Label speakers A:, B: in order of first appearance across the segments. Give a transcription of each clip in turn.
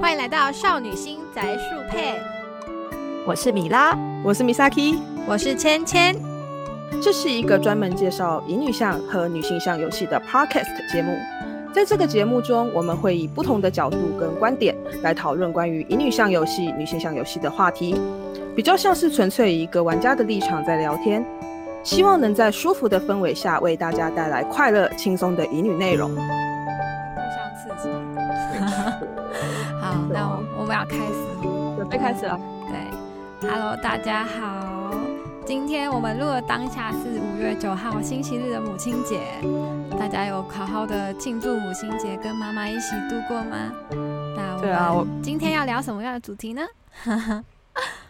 A: 欢迎来到少女心宅树配，
B: 我是米拉，
C: 我是 Misaki，
A: 我是芊芊。
C: 这是一个专门介绍乙女向和女性向游戏的 Podcast 节目。在这个节目中，我们会以不同的角度跟观点来讨论关于乙女向游戏、女性向游戏的话题，比较像是纯粹以一个玩家的立场在聊天，希望能在舒服的氛围下为大家带来快乐、轻松的乙女内容。
A: 互相刺激。 好，那我我们要开始了。
C: 准备开始了，
A: 对，Hello，大家好，今天我们录的当下是五月九号星期日的母亲节，大家有好好的庆祝母亲节，跟妈妈一起度过吗？那
B: 对啊
A: 我
B: 我
A: 们今天要聊什么样的主题呢？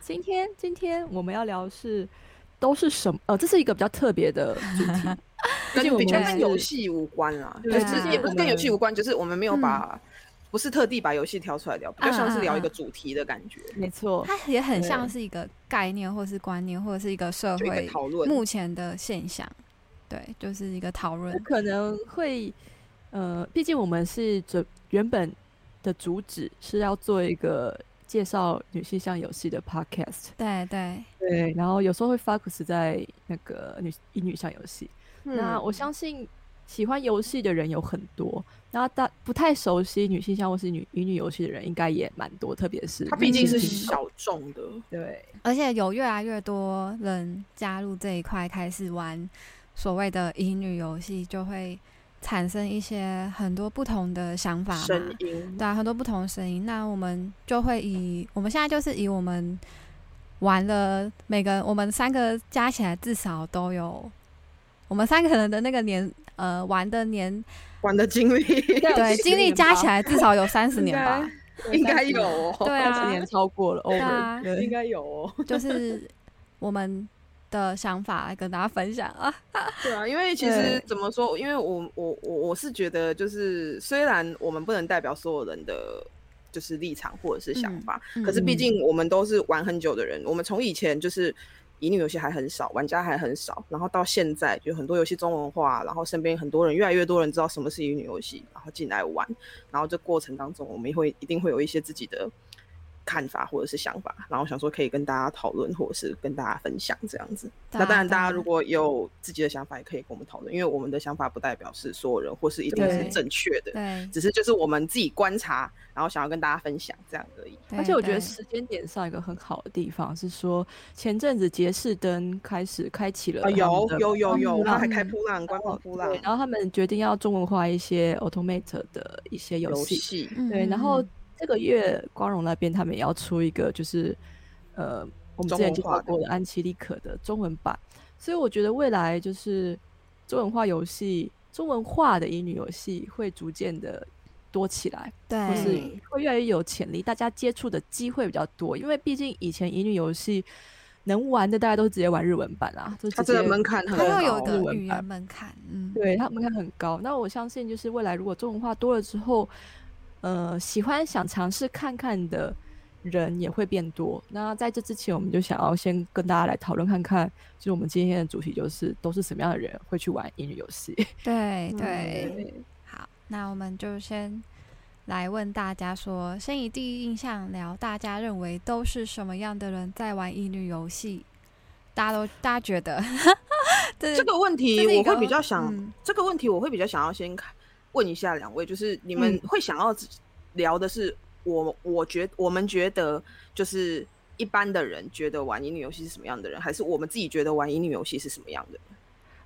B: 今天今天我们要聊是都是什么？呃，这是一个比较特别 的主题，毕竟
C: 跟
B: 我
C: 比
B: 们
C: 较
A: 是
C: 跟游戏无关啦，
B: 对嗯
C: 就是
A: 啊
C: 就是也不是跟游戏无关，就是我们没有把，不是特地把游戏挑出来聊，比较像是聊一个主题的感觉，
B: 没错，
A: 它也很
C: 对
A: 像是一个概念，或是观念，或者是一个社
C: 就一
A: 会
C: 个讨论。
A: 目前的现象。对，就是一个讨论
B: 我。可能会呃，毕竟我们是准原本的主旨是要做一个介绍女性向游戏的 podcast，
A: 对对，
B: 对，然后有时候会 focus 在那个女乙女向游戏。
C: 嗯
B: 那我相信喜欢游戏的人有很多，那大不太熟悉女性向或是女乙女游戏的人应该也蛮多，特别是
C: 它毕竟是
B: 女性向
C: 小众的，
B: 对
A: 而且有越来越多人加入这一块，开始玩所谓的乙女游戏，就会产生一些很多不同的想法嘛。
C: 声音，
A: 对啊，很多不同的声音。那我们就会以我们现在就是以我们玩了每个我们三个加起来至少都有我们三个人的那个年呃玩的年
C: 玩的经历
A: 对经历加起来至少有三十年吧，
C: 应该有哦，
A: 对
B: 二十
A: 啊
B: 年，超过了
A: 对啊
B: ，over，对
C: 应该有哦。
A: 就是我们的想法来跟大家分享 啊。
C: 对啊，因为其实
B: 对
C: 怎么说，因为我我我我是觉得，就是虽然我们不能代表所有人的。就是立场或者是想
A: 嗯
C: 法，
A: 嗯
C: 可是毕竟我们都是玩很久的人，我们从以前就是乙女游戏还很少，玩家还很少，然后到现在就很多游戏中文化，然后身边很多人越来越多人知道什么是乙女游戏，然后进来玩，然后这过程当中我们也会一定会有一些自己的看法或者是想法，然后想说可以跟大家讨论或者是跟大家分享这样子。
A: 啊
C: 那当然，大家如果有自己的想法，也可以跟我们讨论，因为我们的想法不代表是所有人或是一定是
A: 对
C: 正确的，
A: 对，
C: 只是就是我们自己观察，然后想要跟大家分享这样而已。
A: 对
B: 而且我觉得
A: 对
B: 时间点上一个很好的地方是说，前阵子杰士登开始开启了
C: 啊，
B: 他们
C: 有
B: 的
C: 有有有，
A: 嗯哦
C: 他还开扑浪，官方扑浪
B: 对，然后他们决定要中文化一些 automate 的一些游
C: 游
B: 戏，
C: 戏，
B: 对，然
A: 嗯
B: 后
A: 嗯
B: 这个月光荣那边他们也要出一个，就是呃，我们
C: 中
B: 之前
C: 文
B: 介
C: 化
B: 绍
C: 的
B: 过的安琪丽可的中文版，所以我觉得未来就是中文化游戏、中文化的乙女游戏会逐渐的多起来，
A: 对，
B: 或是
C: 嗯
B: 会越来越有潜力，大家接触的机会比较多，因为毕竟以前乙女游戏能玩的大家都是直接玩日文版啊，就
C: 他
B: 直
C: 这
B: 接
C: 个门槛很
A: 它又有一
C: 高，
B: 日
A: 个
B: 文
A: 语
B: 版
A: 言门槛，嗯，
B: 对，它门槛很高。那我相信，就是未来如果中文化多了之后，呃，喜欢想尝试看看的人也会变多。那在这之前，我们就想要先跟大家来讨论看看，就是我们今天的主题就是都是什么样的人会去玩英语游戏。
A: 对
C: 嗯
A: 对，好，那我们就先来问大家说，先以第一印象聊，大家认为都是什么样的人在玩乙女游戏？大家都大家觉得 这
C: 这个问
A: 这是
C: 题
A: 一
C: 我会
A: 个
C: 比较想，
A: 嗯
C: 这个问题我会比较想要先看问一下两位，就是你们
A: 嗯
C: 会想要聊的是我我觉我们觉得就是一般的人觉得玩乙女游戏是什么样的人，还是我们自己觉得玩乙女游戏是什么样的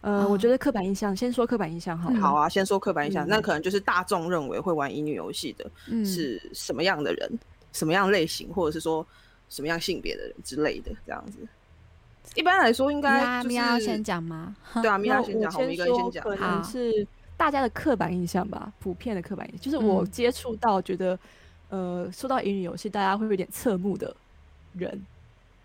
A: 嗯
C: 人？
B: 呃，我觉
A: 哦
B: 得刻板印象，先说刻板印象好了。
A: 嗯
C: 好啊，先说刻板印象，
B: 嗯
C: 那可能就是大众认为会玩乙女游戏的
A: 嗯
C: 是什么样的人，什么样类型，或者是说什么样性别的人之类的，这样子。一般来说，应
A: 米拉
C: 该就
A: 米拉要
C: 是
A: 先讲吗？
C: 对啊，米
B: 那
C: 拉
B: 我
C: 先讲，好，我们一个人
B: 说，
C: 先讲。
B: 可
A: 好
B: 能是大家的刻板印象吧，普遍的刻板印象，就是我
A: 嗯
B: 接触到觉得，呃，说到乙女游戏，大家会有点侧目的人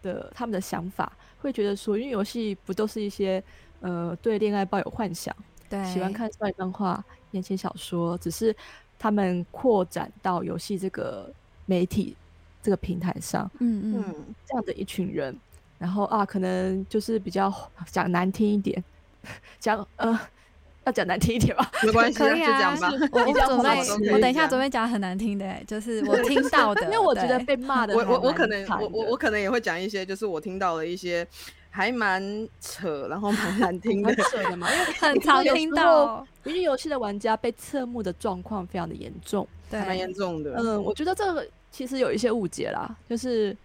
B: 的他们的想法，会觉得说，因为游戏不都是一些呃对恋爱抱有幻想，
A: 对，
B: 喜欢看少女漫画、言情小说，只是他们扩展到游戏这个媒体这个平台上，
A: 嗯，嗯
C: 嗯，
B: 这样的一群人， 然后啊，可能就是比较讲难听一点，讲呃要讲难听一点吧，
C: 没关系，
A: 可以
C: 就
A: 啊
C: 这样吧。
A: 我我
B: 比较
A: 准
B: 好的东
A: 备，
B: 西
A: 我等一下准备讲很难听的、就是我听到的，
B: 因为我觉得
A: 对
B: 被骂的
C: 我我我
B: 还
C: 可
B: 蛮
C: 能
B: 惨
C: 我我
B: 的
C: 我可能也会讲一些，就是我听到了一些还蛮扯，然 后蛮难听的
B: 蛮。扯的嘛，因 为
A: 很常
B: 有
A: 听
B: 时
A: 到，
B: 迷你游戏的玩家被侧目的状况非常的严重。
C: 还蛮
A: 对
C: 严重的，
B: 嗯，我觉得这个其实有一些误解啦，就是，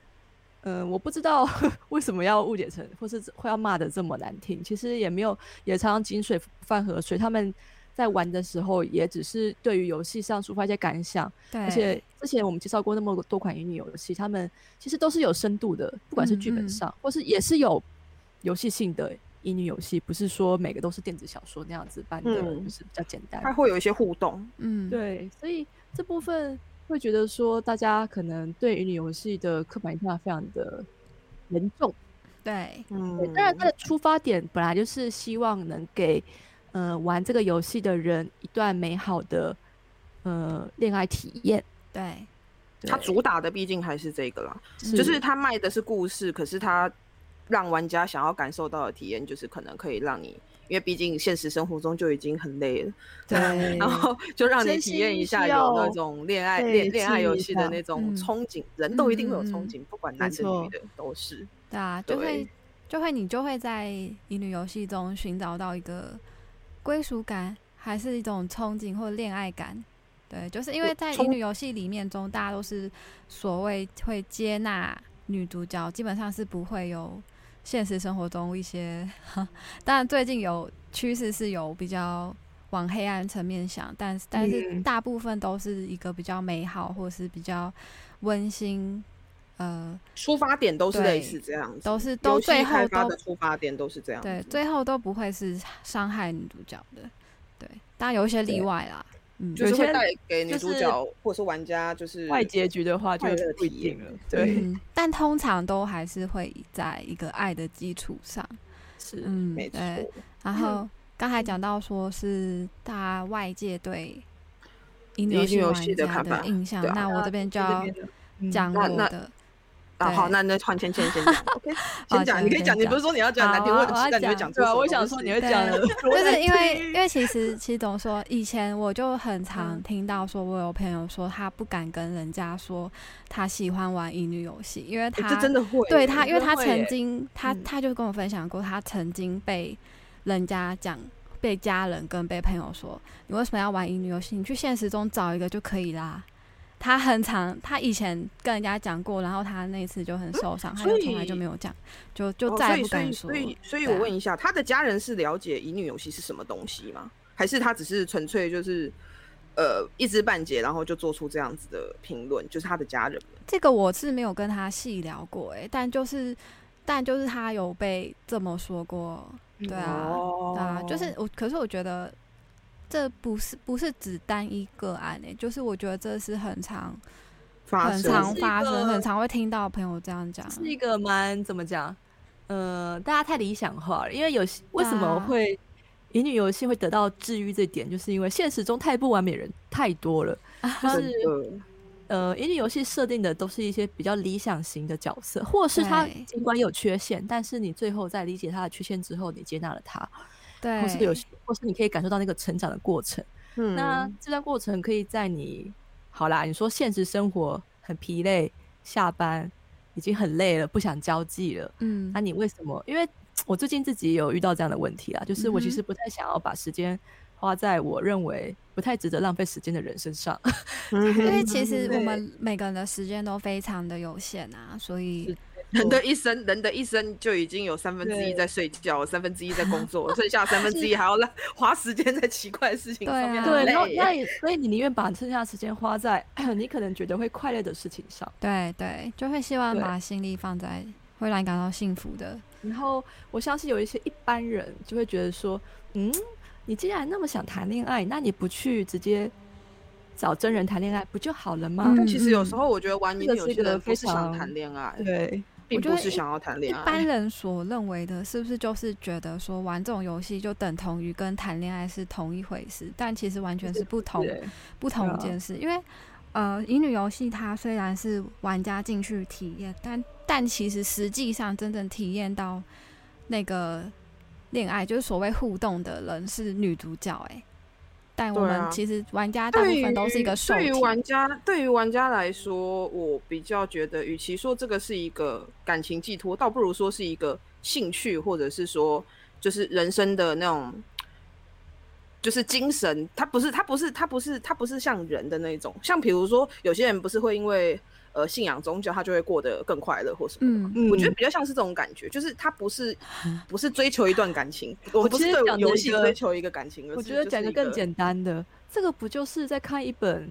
B: 嗯，我不知道 为什么要误解成，或是会要骂的这么难听。其实也没有，也常常井水不犯河水。他们在玩的时候，也只是对于游戏上抒发一些感想。而
A: 对，
B: 且之前我们介绍过那么多款乙女游戏，他们其实都是有深度的，不管是剧
A: 嗯嗯
B: 本上，或是也是有游戏性的乙女游戏，不是说每个都是电子小说那样子般的，
C: 嗯
B: 就是比较简单。
C: 它会有一些互动。
A: 嗯，
B: 对，所以这部分会觉得说，大家可能对乙女游戏的刻板印象非常的严重。
A: 对，
C: 嗯
B: 对，当然它的出发点本来就是希望能给呃玩这个游戏的人一段美好的呃恋爱体验。
A: 对，
C: 它
B: 对
C: 主打的毕竟还是这个啦，
A: 是
C: 就是它卖的是故事，可是它让玩家想要感受到的体验，就是可能可以让你，因为毕竟现实生活中就已经很累了，
A: 对
C: 然后就让你
B: 身
C: 体验
B: 心
C: 一下
B: 需
C: 有那
B: 要
C: 种恋爱
B: 对
C: 恋恋爱
B: 记忆
C: 游戏的
B: 上
C: 那种
A: 嗯
C: 憧憬，人都一定会有
A: 嗯嗯
C: 憧
A: 嗯
C: 憬，不管
B: 没
C: 男的女
B: 错
C: 的都是。
A: 对啊，就会
C: 对
A: 就会你就会在乙女游戏中寻找到一个归属感，还是一种憧憬或恋爱感。对，就是因为
C: 我
A: 在乙
C: 憧
A: 女游戏里面中，大家都是所谓会接纳女主角，基本上是不会有现实生活中一些。 当然，最近有趋势是有比较往黑暗层面想，但是但是
B: 嗯
A: 大部分都是一个比较美好，或是比较温馨，呃，
C: 出发点都是
A: 对
C: 类似这样子，
A: 都是都
C: 游戏
A: 最后
C: 开发
A: 都
C: 的出发点都是这样子。
A: 对，最后都不会是伤害女主角的，对，当然有一些例
B: 对
A: 外啦，嗯，
C: 就是
B: 有
C: 会
B: 些
C: 带给女
B: 就
C: 主
B: 是
C: 角或者是玩家，就是
B: 坏结局的话，就
C: 快乐
B: 不一
C: 体验
B: 定了。对，
A: 嗯，但通常都还是会在一个爱的基础上，
B: 是
A: 嗯，
C: 没错，嗯
A: 对。然后刚才讲到说是大家外界对乙
C: 乙
A: 女
C: 女游
A: 游
C: 戏
A: 戏
C: 的
A: 玩家
C: 看法
A: 的印象，
C: 对啊
A: 那我这边就要
B: 嗯
A: 讲
C: 嗯那
A: 我
C: 那
A: 的，
C: 啊，
A: 对
C: 好，那那换芊芊先讲 ，OK，先讲，
A: 芊
C: 你可以
A: 芊
C: 讲，你
A: 讲
C: 不是说你要讲难听，
A: 好我
C: 我很
A: 要
C: 期待你会
A: 讲
C: 讲出
B: 对
C: 什
B: 啊，
C: 么
B: 我
C: 东西。
B: 想说你会
A: 对
B: 讲的，
A: 就
B: 就是
A: 因为因为其实其实怎么说，以前我就 很
C: 嗯
A: 常听到说，我有朋友说他不敢跟人家说他喜欢玩乙女游戏，因为
C: 欸
A: 他、
C: 这真的会耶，
A: 对他，因为
B: 真
A: 他
B: 会
A: 曾
B: 耶
A: 经他
B: 嗯
A: 他就跟我分享过，他曾经被人家讲。被家人跟被朋友说，你为什么要玩乙女游戏？你去现实中找一个就可以啦。他很常，他以前跟人家讲过，然后他那次就很受伤，他
C: 嗯所
A: 就从来就
C: 以
A: 没有讲，就就
C: 哦
A: 再也
C: 所以
A: 不
C: 所以
A: 敢说
C: 所
A: 了。
C: 以所以
A: 对
C: 我
A: 啊
C: 问一下，他的家人是了解乙女游戏是什么东西吗？还是他只是纯粹就是呃一知半解，然后就做出这样子的评论？就是他的家人们
A: 这个我是没有跟他细聊过、欸，但就是，但就是他有被这么说过，对啊，
C: 哦
A: 对啊，就是我，可是我觉得这不是不是只单一个案、欸，就是我觉得这是很常
C: 发
A: 很
C: 生
B: 常
A: 常
B: 是一
A: 发生，
B: 个
A: 很常会听到朋友这样讲，
B: 是一个蛮怎么讲？呃，大家太理想化了，因为有些为什么
A: 啊
B: 会乙女游戏会得到治愈这点，就是因为现实中太不完美人太多了。
A: 啊
C: 真
B: 是
C: 的
B: 呃，乙女游戏设定的都是一些比较理想型的角色，或是他
A: 对
B: 尽管有缺陷，但是你最后在理解他的缺陷之后，你接纳了他，
A: 对，
B: 或是有，或是你可以感受到那个成长的过程。
C: 嗯
B: 那这段过程可以在你好啦，你说现实生活很疲累，下班已经很累了，不想交际了，
A: 嗯
B: 那、，你为什么？因为我最近自己有遇到这样的问题啊，就是我
A: 嗯
B: 其
A: 哼
B: 实不太想要把时间花在我认为不太值得浪费时间的人身上。
A: 因
C: 因
A: 为其实我
B: 对
A: 们每个人的时间都非常的有限啊，所以
B: 是
C: 人的一生，人的一生就已经有三分之一
B: 对
C: 在睡觉，三分之一在工 作，剩下三分之一还要浪花时间在奇怪的事情
A: 对
C: 上面，
A: 啊
C: 很
B: 对，然后
C: 累
B: 那也所以你宁愿把剩下的时间花在 你可能觉得会快乐的事情上。
A: 对对，就会希望
B: 对
A: 把心力放在会让你感到幸福的，
B: 然后我相信有一些一般人就会觉得说，嗯，你既然那么想谈恋爱，那你不去直接找真人谈恋爱不就好了吗？
C: 但其实有
A: 嗯
C: 时候我觉得玩
B: 这
C: 乙
B: 个
C: 女游
B: 是一
C: 戏的人
B: 个
C: 不
B: 非
C: 是想
B: 常
C: 谈恋爱，
B: 对，
C: 并
A: 我觉
C: 不
A: 得
C: 是
A: 一
C: 想要谈
A: 一
B: 啊
C: 恋爱。
A: 般人所认为的，是不是就是觉得说玩这种游戏就等同于跟谈恋爱是同一回事？但其实完全是不同
B: 对
A: 不同件事，因为呃，乙女游戏它虽然是玩家进去体验，但但其实实际上真正体验到那个恋爱，就是所谓互动的人是女主角哎、但我
C: 对
A: 们
C: 啊
A: 其实玩家大部
C: 对于
A: 分都是一个受
C: 对
A: 体
C: 于，玩家，对于玩家来说，我比较觉得，与其说这个是一个感情寄托，倒不如说是一个兴趣，或者是说就是人生的那种，就是精神。它不是，它不是，它不是，它不是像人的那种。像比如说，有些人不是会因为呃信仰宗教，他就会过得更快乐或什么的吗。
A: 嗯，
C: 我觉得比较像是这种感觉，就是他不是不是追求一段感情，我
B: 我
C: 们不是
B: 其实
C: 对
B: 讲
C: 游
B: 的
C: 戏
B: 一个
C: 追求一个感情，而
B: 我
C: 是
B: 觉
C: 就
B: 得
C: 是
B: 讲一个
C: 一
B: 更简单的，这个不就是在看一本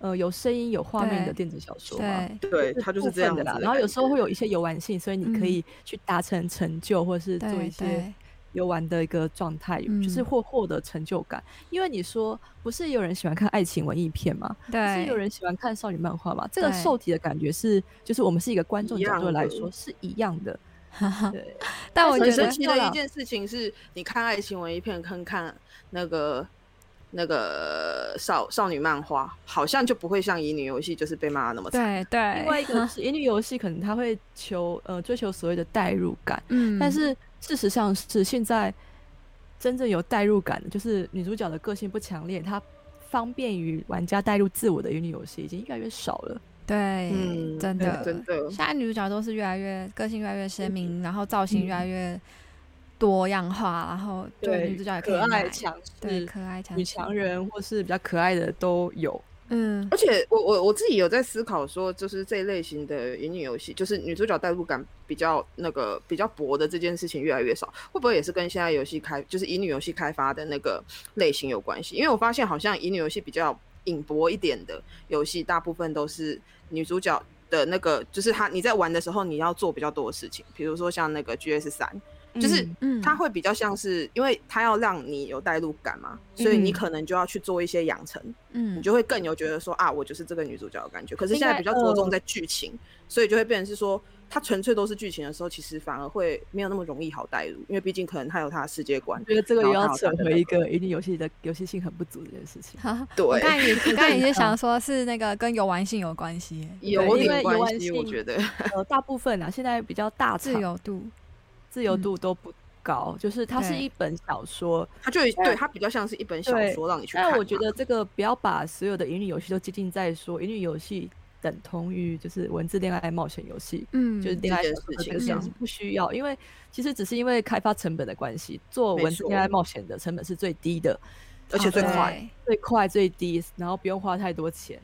B: 呃有声音有画面的
A: 对
B: 电子小说吗？
A: 对
C: 对，他就是
B: 部
C: 这样
B: 分的
C: 子
B: 啦。
C: 的
B: 然后有
C: 感
B: 时候会有一些游玩性，所以你可
A: 嗯
B: 以去达成成就，或是做一
A: 对
B: 些
A: 对，
B: 游玩的一个状态，就是
A: 嗯
B: 获获得成就感。因为你说不是有人喜欢看爱情文艺片吗？不是
A: 对，
B: 有人喜欢看少女漫画吗？这个
A: 对
B: 受体的感觉是，就是我们是一个观众
C: 一
B: 角度
C: 样
B: 来
C: 的
B: 说是一样的。对，
A: 但我
B: 很
A: 觉
C: 很
B: 神
A: 得
C: 神
B: 奇
C: 奇
B: 的
C: 的
B: 啦
C: 一件事情是，你看爱情文艺片，跟看那个那个少少女漫画，好像就不会像乙女游戏就是被骂的那么惨。
A: 对
B: 另外
A: 对，
B: 一个是乙女游戏，可能他会求呃追求所谓的代入感，
A: 嗯，
B: 但是事实上是现在真正有代入感的，就是女主角的个性不强烈，她方便于玩家代入自我的乙女游戏已经越来越少了。
A: 对，
C: 嗯
A: 真
C: 对
A: 的
C: 真的
A: 现在女主角都是越来越个性越来越鲜
C: 嗯
A: 明，然后造型越来越多样化，然后就女主角也可
B: 可
A: 以买
B: 爱、强
A: 对
B: 势、
A: 可爱强
B: 女
A: 势
B: 强，人或是比较可爱的都有。
A: 嗯
C: 而且我我我自己有在思考说，就是这一类型的乙女游戏，就是女主角代入感比较那个比较薄的这件事情越来越少，会不会也是跟现在游戏开就是乙女游戏开发的那个类型有关系？因为我发现好像乙女游戏比较隐薄一点的游戏，大部分都是女主角的那个，就是她你在玩的时候你要做比较多的事情，比如说像那个 GS 三，就是
B: 嗯
A: 嗯，
C: 它会比较像是因为它要让你有代入感嘛，所以你
B: 嗯
C: 可能就要去做一些养成。
A: 嗯
C: 你就会更有觉得说啊，我就是这个女主角的感觉。可是
B: 应
C: 现在
B: 该
C: 比较着重
B: 呃
C: 在剧情，所以就会变成是说，它纯粹都是剧情的时候，其实反而会没有那么容易好带入，因为毕竟可能它有它的世界观
B: 我。觉得这个
C: 然
B: 又
C: 后
B: 要
C: 她有
B: 扯
C: 她的
B: 回
C: 那
B: 一个乙女游戏的游戏性很不足这件事情。
A: 我
C: 对，
A: 刚才 也我刚才也是想说，是那个跟游玩性有关系耶，
C: 有
B: 因为
C: 点
B: 游玩
C: 关系，
B: 性
C: 我觉得。
B: 呃，大部分啊，现在比较大
A: 自
B: 厂
A: 由度，
B: 自由
A: 嗯
B: 度都不高，就是它是
A: 对
B: 一本小说，
C: 它就对它比较像是一本小
B: 对
C: 说，让你去看嘛。
B: 但我觉得这个不要把所有的乙女游戏都接近在说乙女游戏等同于就是文字恋爱冒险游戏，
A: 嗯，
B: 就是恋爱
C: 这
B: 小
C: 件事
B: 说的
C: 情
B: 这个想
A: 上
B: 是不需要，因为其实只是因为开发成本的关系，做
C: 没
B: 文字
C: 错
B: 恋爱冒险的成本是最低的，
C: 而
A: 哦
C: 且最
B: 哦对
C: 快，
B: 最快最低，然后不用花太多钱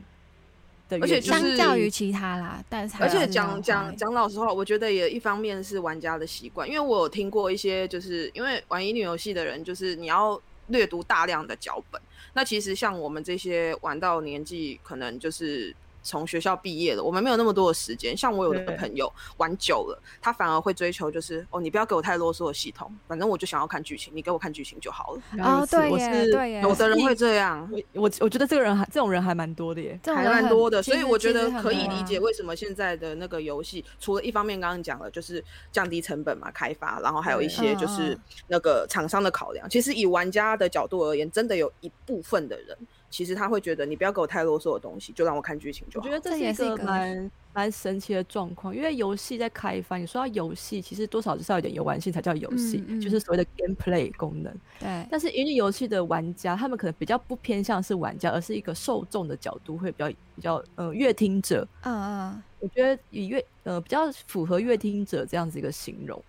B: 的原因。
C: 而且
A: 对，
C: 就
A: 相
C: 是
A: 较于其他啦，但是还
C: 而且
A: 是
C: 讲
A: 要
C: 讲
A: 快，
C: 讲老实话，我觉得也一方面是玩家的习惯，因为我有听过一些，就是因为玩乙女游戏的人，就是你要略读大量的脚本。那其实像我们这些玩到年纪，可能就是从学校毕业了，我们没有那么多的时间。像我有的
B: 对
C: 朋友玩久了，他反而会追求就是哦，你不要给我太啰嗦的系统，反正我就想要看剧情，你给我看剧情就好了。
B: 原来如
A: 哦
B: 此
A: 对
B: 我
A: 耶
B: 是
A: 对耶
C: 有
B: 我
C: 的
B: 是
C: 人
B: 一
C: 会这样，
B: 我我我觉得这个人还这种人还蛮多的耶。
A: 这种
C: 还
A: 人
C: 蛮
A: 很
C: 多的，
A: 其
C: 所以
A: 实
C: 我觉
A: 其实
C: 得
A: 很
C: 可以
A: 多
C: 理
A: 啊
C: 解为什么现在的那个游戏，除了一方面刚刚讲了，就是降低成本嘛，开发，然后还有一
B: 对
C: 些就
A: 嗯
C: 是
A: 嗯
C: 那个厂商的考量。其实以玩家的角度而言，真的有一部分的人，其实他会觉得你不要给我太啰嗦的东西，就让我看剧情就
B: 我
C: 好
B: 觉。得
A: 哦这
B: 这
A: 也
B: 是
A: 是一
B: 一个
A: 个
B: 蛮蛮神奇的状况，因为游戏在开发，你说到游戏，其实多少就是要有点游玩性才叫游戏，
A: 嗯嗯
B: 就是所谓的 gameplay 功能。
A: 对，嗯
B: 但是乙女游戏的玩家，他们可能比较不偏向是玩家，而是一个受众的角度会比较比较呃乐听者。
A: 嗯嗯，
B: 我觉得以乐呃比较符合乐听者这样子一个形容，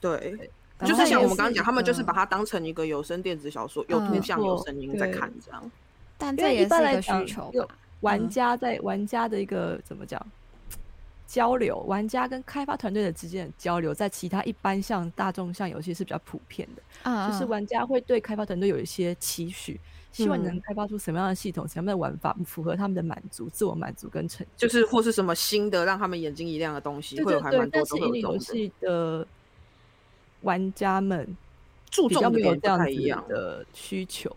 C: 对，
A: 然
C: 就
A: 后
C: 是像
A: 嗯也
C: 我们刚刚
A: 是嗯
C: 讲，
A: 一
C: 他们就是
A: 个
C: 把它当成一个有声电子小说，有
A: 嗯
C: 图像、
B: 嗯没
C: 有
B: 错
C: 声音在
B: 对
C: 看这样。
A: 但
B: 因
A: 这
B: 为
A: 也
B: 一
A: 是
B: 般
A: 一
B: 来
A: 个
B: 讲
A: 需求
B: 有
A: 吧，
B: 玩
A: 嗯
B: 家在玩家的一个怎么讲交流，玩家跟开发团队的之间的交流，在其他一般像大众向游戏是比较普遍的。
A: 嗯，
B: 就是
A: 嗯
B: 玩家会对开发团队有一些期许，希望你能
C: 嗯
B: 开发出什么样的系统、什么样的玩法，符合他们的满足、自我满足跟成就。
C: 就是或是什么新的让他们眼睛一亮的东西，
B: 对
C: 会有
B: 对
C: 还
B: 对
C: 蛮，多
B: 但
C: 都
B: 是
C: 会
B: 乙
C: 有这种
B: 女游
C: 的
B: 戏的玩家们
C: 注
B: 比
C: 重
B: 较
C: 的
B: 没有
C: 点
B: 这
C: 不
B: 样
C: 太一样
B: 子。的需求，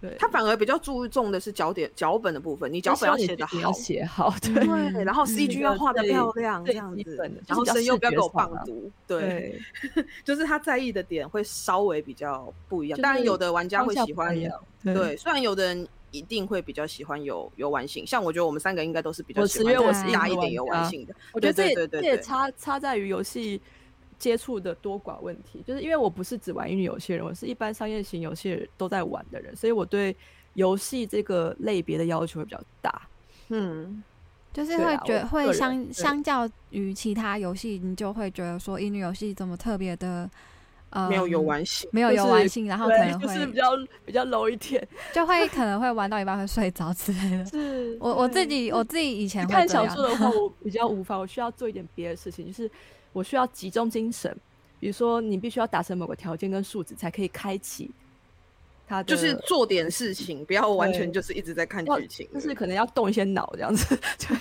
B: 对，
C: 他反而比较注重的是脚点脚本的部分，你脚
B: 希
C: 本要
B: 望你
C: 写
B: 自
C: 的
B: 己要
C: 好，
B: 写好， 对
A: 嗯
C: 对，然后
A: 嗯
C: CG
B: 这
C: 要
B: 个
C: 画的
B: 最
C: 漂亮，这
B: 最
C: 样
B: 基
C: 子
B: 本的，
C: 然
B: 就是
C: 后
B: 比较
C: 声优
B: 视
C: 不要
B: 觉
C: 给我
B: 上
C: 棒
B: 啊
C: 读，对，， 就是他在意的点会稍微比较不一样。
B: 就
C: 当然，
B: 是
C: 有的玩家
B: 方
C: 会
B: 向
C: 喜
B: 不太
C: 欢
B: 一，样，嗯
C: 对，虽然有的人一定会比较喜欢有游玩性，像我觉得我们三个应该都是比较
B: 我
C: 喜
B: 十
C: 欢
B: 月我
A: 是
B: 是
A: 硬
B: 硬
C: 大一
B: 核
C: 点游
B: 玩
C: 玩
B: 家
C: 性的，
B: 我觉得这
C: 对
B: 也
C: 对对
B: 这也
C: 对
B: 差差在于游戏接触的多寡问题，就是因为我不是只玩乙女游戏的人，我是一般商业型游戏人都在玩的人，所以我对游戏这个类别的要求会比较大。
C: 嗯，
A: 就是
B: 对
A: 会
B: 啊
A: 觉
B: 我
A: 会
B: 个人
A: 相
B: 对
A: 相较于其他游戏，你就会觉得说乙女游戏怎么特别的呃
C: 没有
B: 嗯
C: 游玩性。
A: 没有
B: 就
A: 游玩
B: 是
A: 性，然后可
B: 对，
A: 能
B: 就是
A: 会
B: 比较比较 low 一 点。
A: 就会可能会玩到一半会睡着之类的。
B: 是
A: 我我自
B: 对
A: 己我自己以前会
B: 嗯看
A: 这
B: 小
A: 样
B: 说的话，我比较无法，我需要做一点别的事情，就是我需要集中精神。比如说，你必须要达成某个条件跟数值，才可以开启它的，
C: 就是做点事情，不要完全
B: 对
C: 就是一直在看
B: 要
C: 剧情。
B: 就是可能要动一些脑这样子。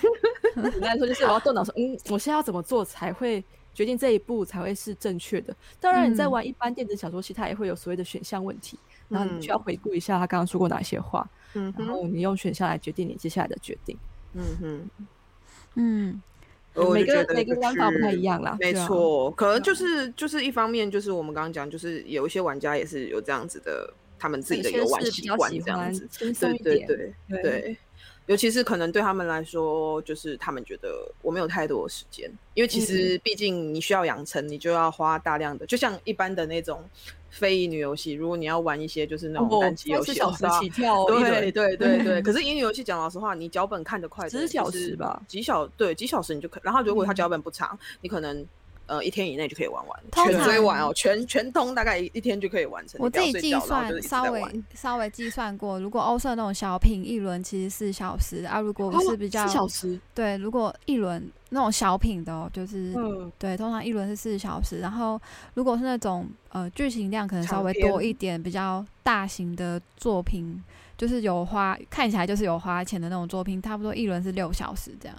B: 就简单说，就是我要动脑说，嗯，我现在要怎么做才会决定这一步才会是正确的。当然，你在
A: 嗯
B: 玩一般电子小说系，它也会有所谓的选项问题，然后你需要
C: 嗯
B: 回顾一下他刚刚说过哪些话，
C: 嗯
B: 然
C: 哼，
B: 后你用选项来决定你接下来的决定。
C: 嗯哼，
A: 嗯，
C: 哦我
B: 每
C: 就
B: 个
C: 觉
B: 人
C: 得
B: 每个
C: 就
B: 玩法不太
C: 是
B: 一样啦，
C: 没
B: 对啊
C: 错，可能就是就是一方面，就是我们刚刚讲，就是有一些玩家也是有这样子的，他们自己的游玩习惯这样子。，
B: 轻松
C: 对
B: 一
C: 对
B: 点，
C: 对对，尤其是可能对他们来说，就是他们觉得我没有太多的时间，因
B: 嗯
C: 为其实毕竟你需要养成，你就要花大量的，就像一般的那种非乙女游戏，如果你要玩一些就是
B: 哦
C: 那种单机游
B: 四
C: 戏，
B: 小
C: 我
B: 时
C: 知道
B: 起 跳哦，
C: 对
B: 一轮，
C: 对对 对，可是英语游戏讲老实话，你脚本看得快的，
B: 10小时吧，
C: 几小对几小时你就可，然后如果它脚本不长，你可能呃一天以内就可以玩完，
A: 嗯通
C: 全
A: 常
C: 追完哦，全全通大概一一天就可以完成。
A: 我
C: 你不
A: 自
C: 要
A: 己
C: 睡
A: 计
C: 觉然后就
A: 算
C: 一直
A: 稍
C: 在玩
A: 微稍微计算过，如果欧社那种小品一轮其实四小时啊，如果
B: 哦
A: 是比较、
B: 四小时，
A: 对，如果一轮那种小品的、哦，就是、
B: 嗯，
A: 对，通常一轮是四十小时，然后如果是那种呃剧情量可能稍
C: 长
A: 微
C: 篇
A: 多一点、比较大型的作品，就是有花看起来就是有花钱的那种作品，差不多一轮是六小时这样。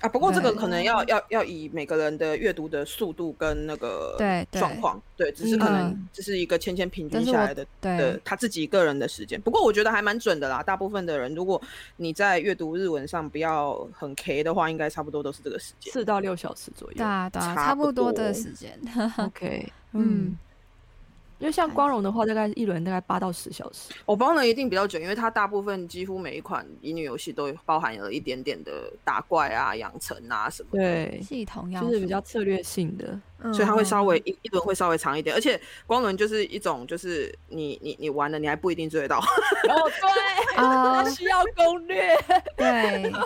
C: 啊。不过这个
A: 对
C: 可能要要要以每个人的阅读的速度跟那个
A: 对对
C: 呃状况，对，只是可能
A: 嗯
C: 这是一个芊芊平
A: 但是
C: 均下
A: 我
C: 来的的
A: 对，
C: 他自己个人的时间。不过我觉得还蛮准的啦。大部分的人，如果你在阅读日文上不要很 K 的话，应该差不多都是这个时间。
B: 四到六小时左
A: 对
B: 右
A: 啊对啊，
C: 差
A: 差
C: 不
A: 不多
C: 多
A: 的时间。
B: ，OK，
A: 嗯
B: 嗯。因为像光荣的话，大概一轮大概八到十小时，
C: 我包呢一定比较久，因为它大部分几乎每一款乙女游戏都包含了一点点的打怪啊、养成啊什么的。
B: 对，
A: 系统要嗯
B: 就是比
A: 素
B: 较，策略性的，
C: 所以它会稍
A: 微
C: 微一一轮会稍微长一点，而且光轮就是一种，就是你你你玩了，你还不一定追得到，
B: 哦，对，
A: 啊
B: 它，需要攻略，
A: 对，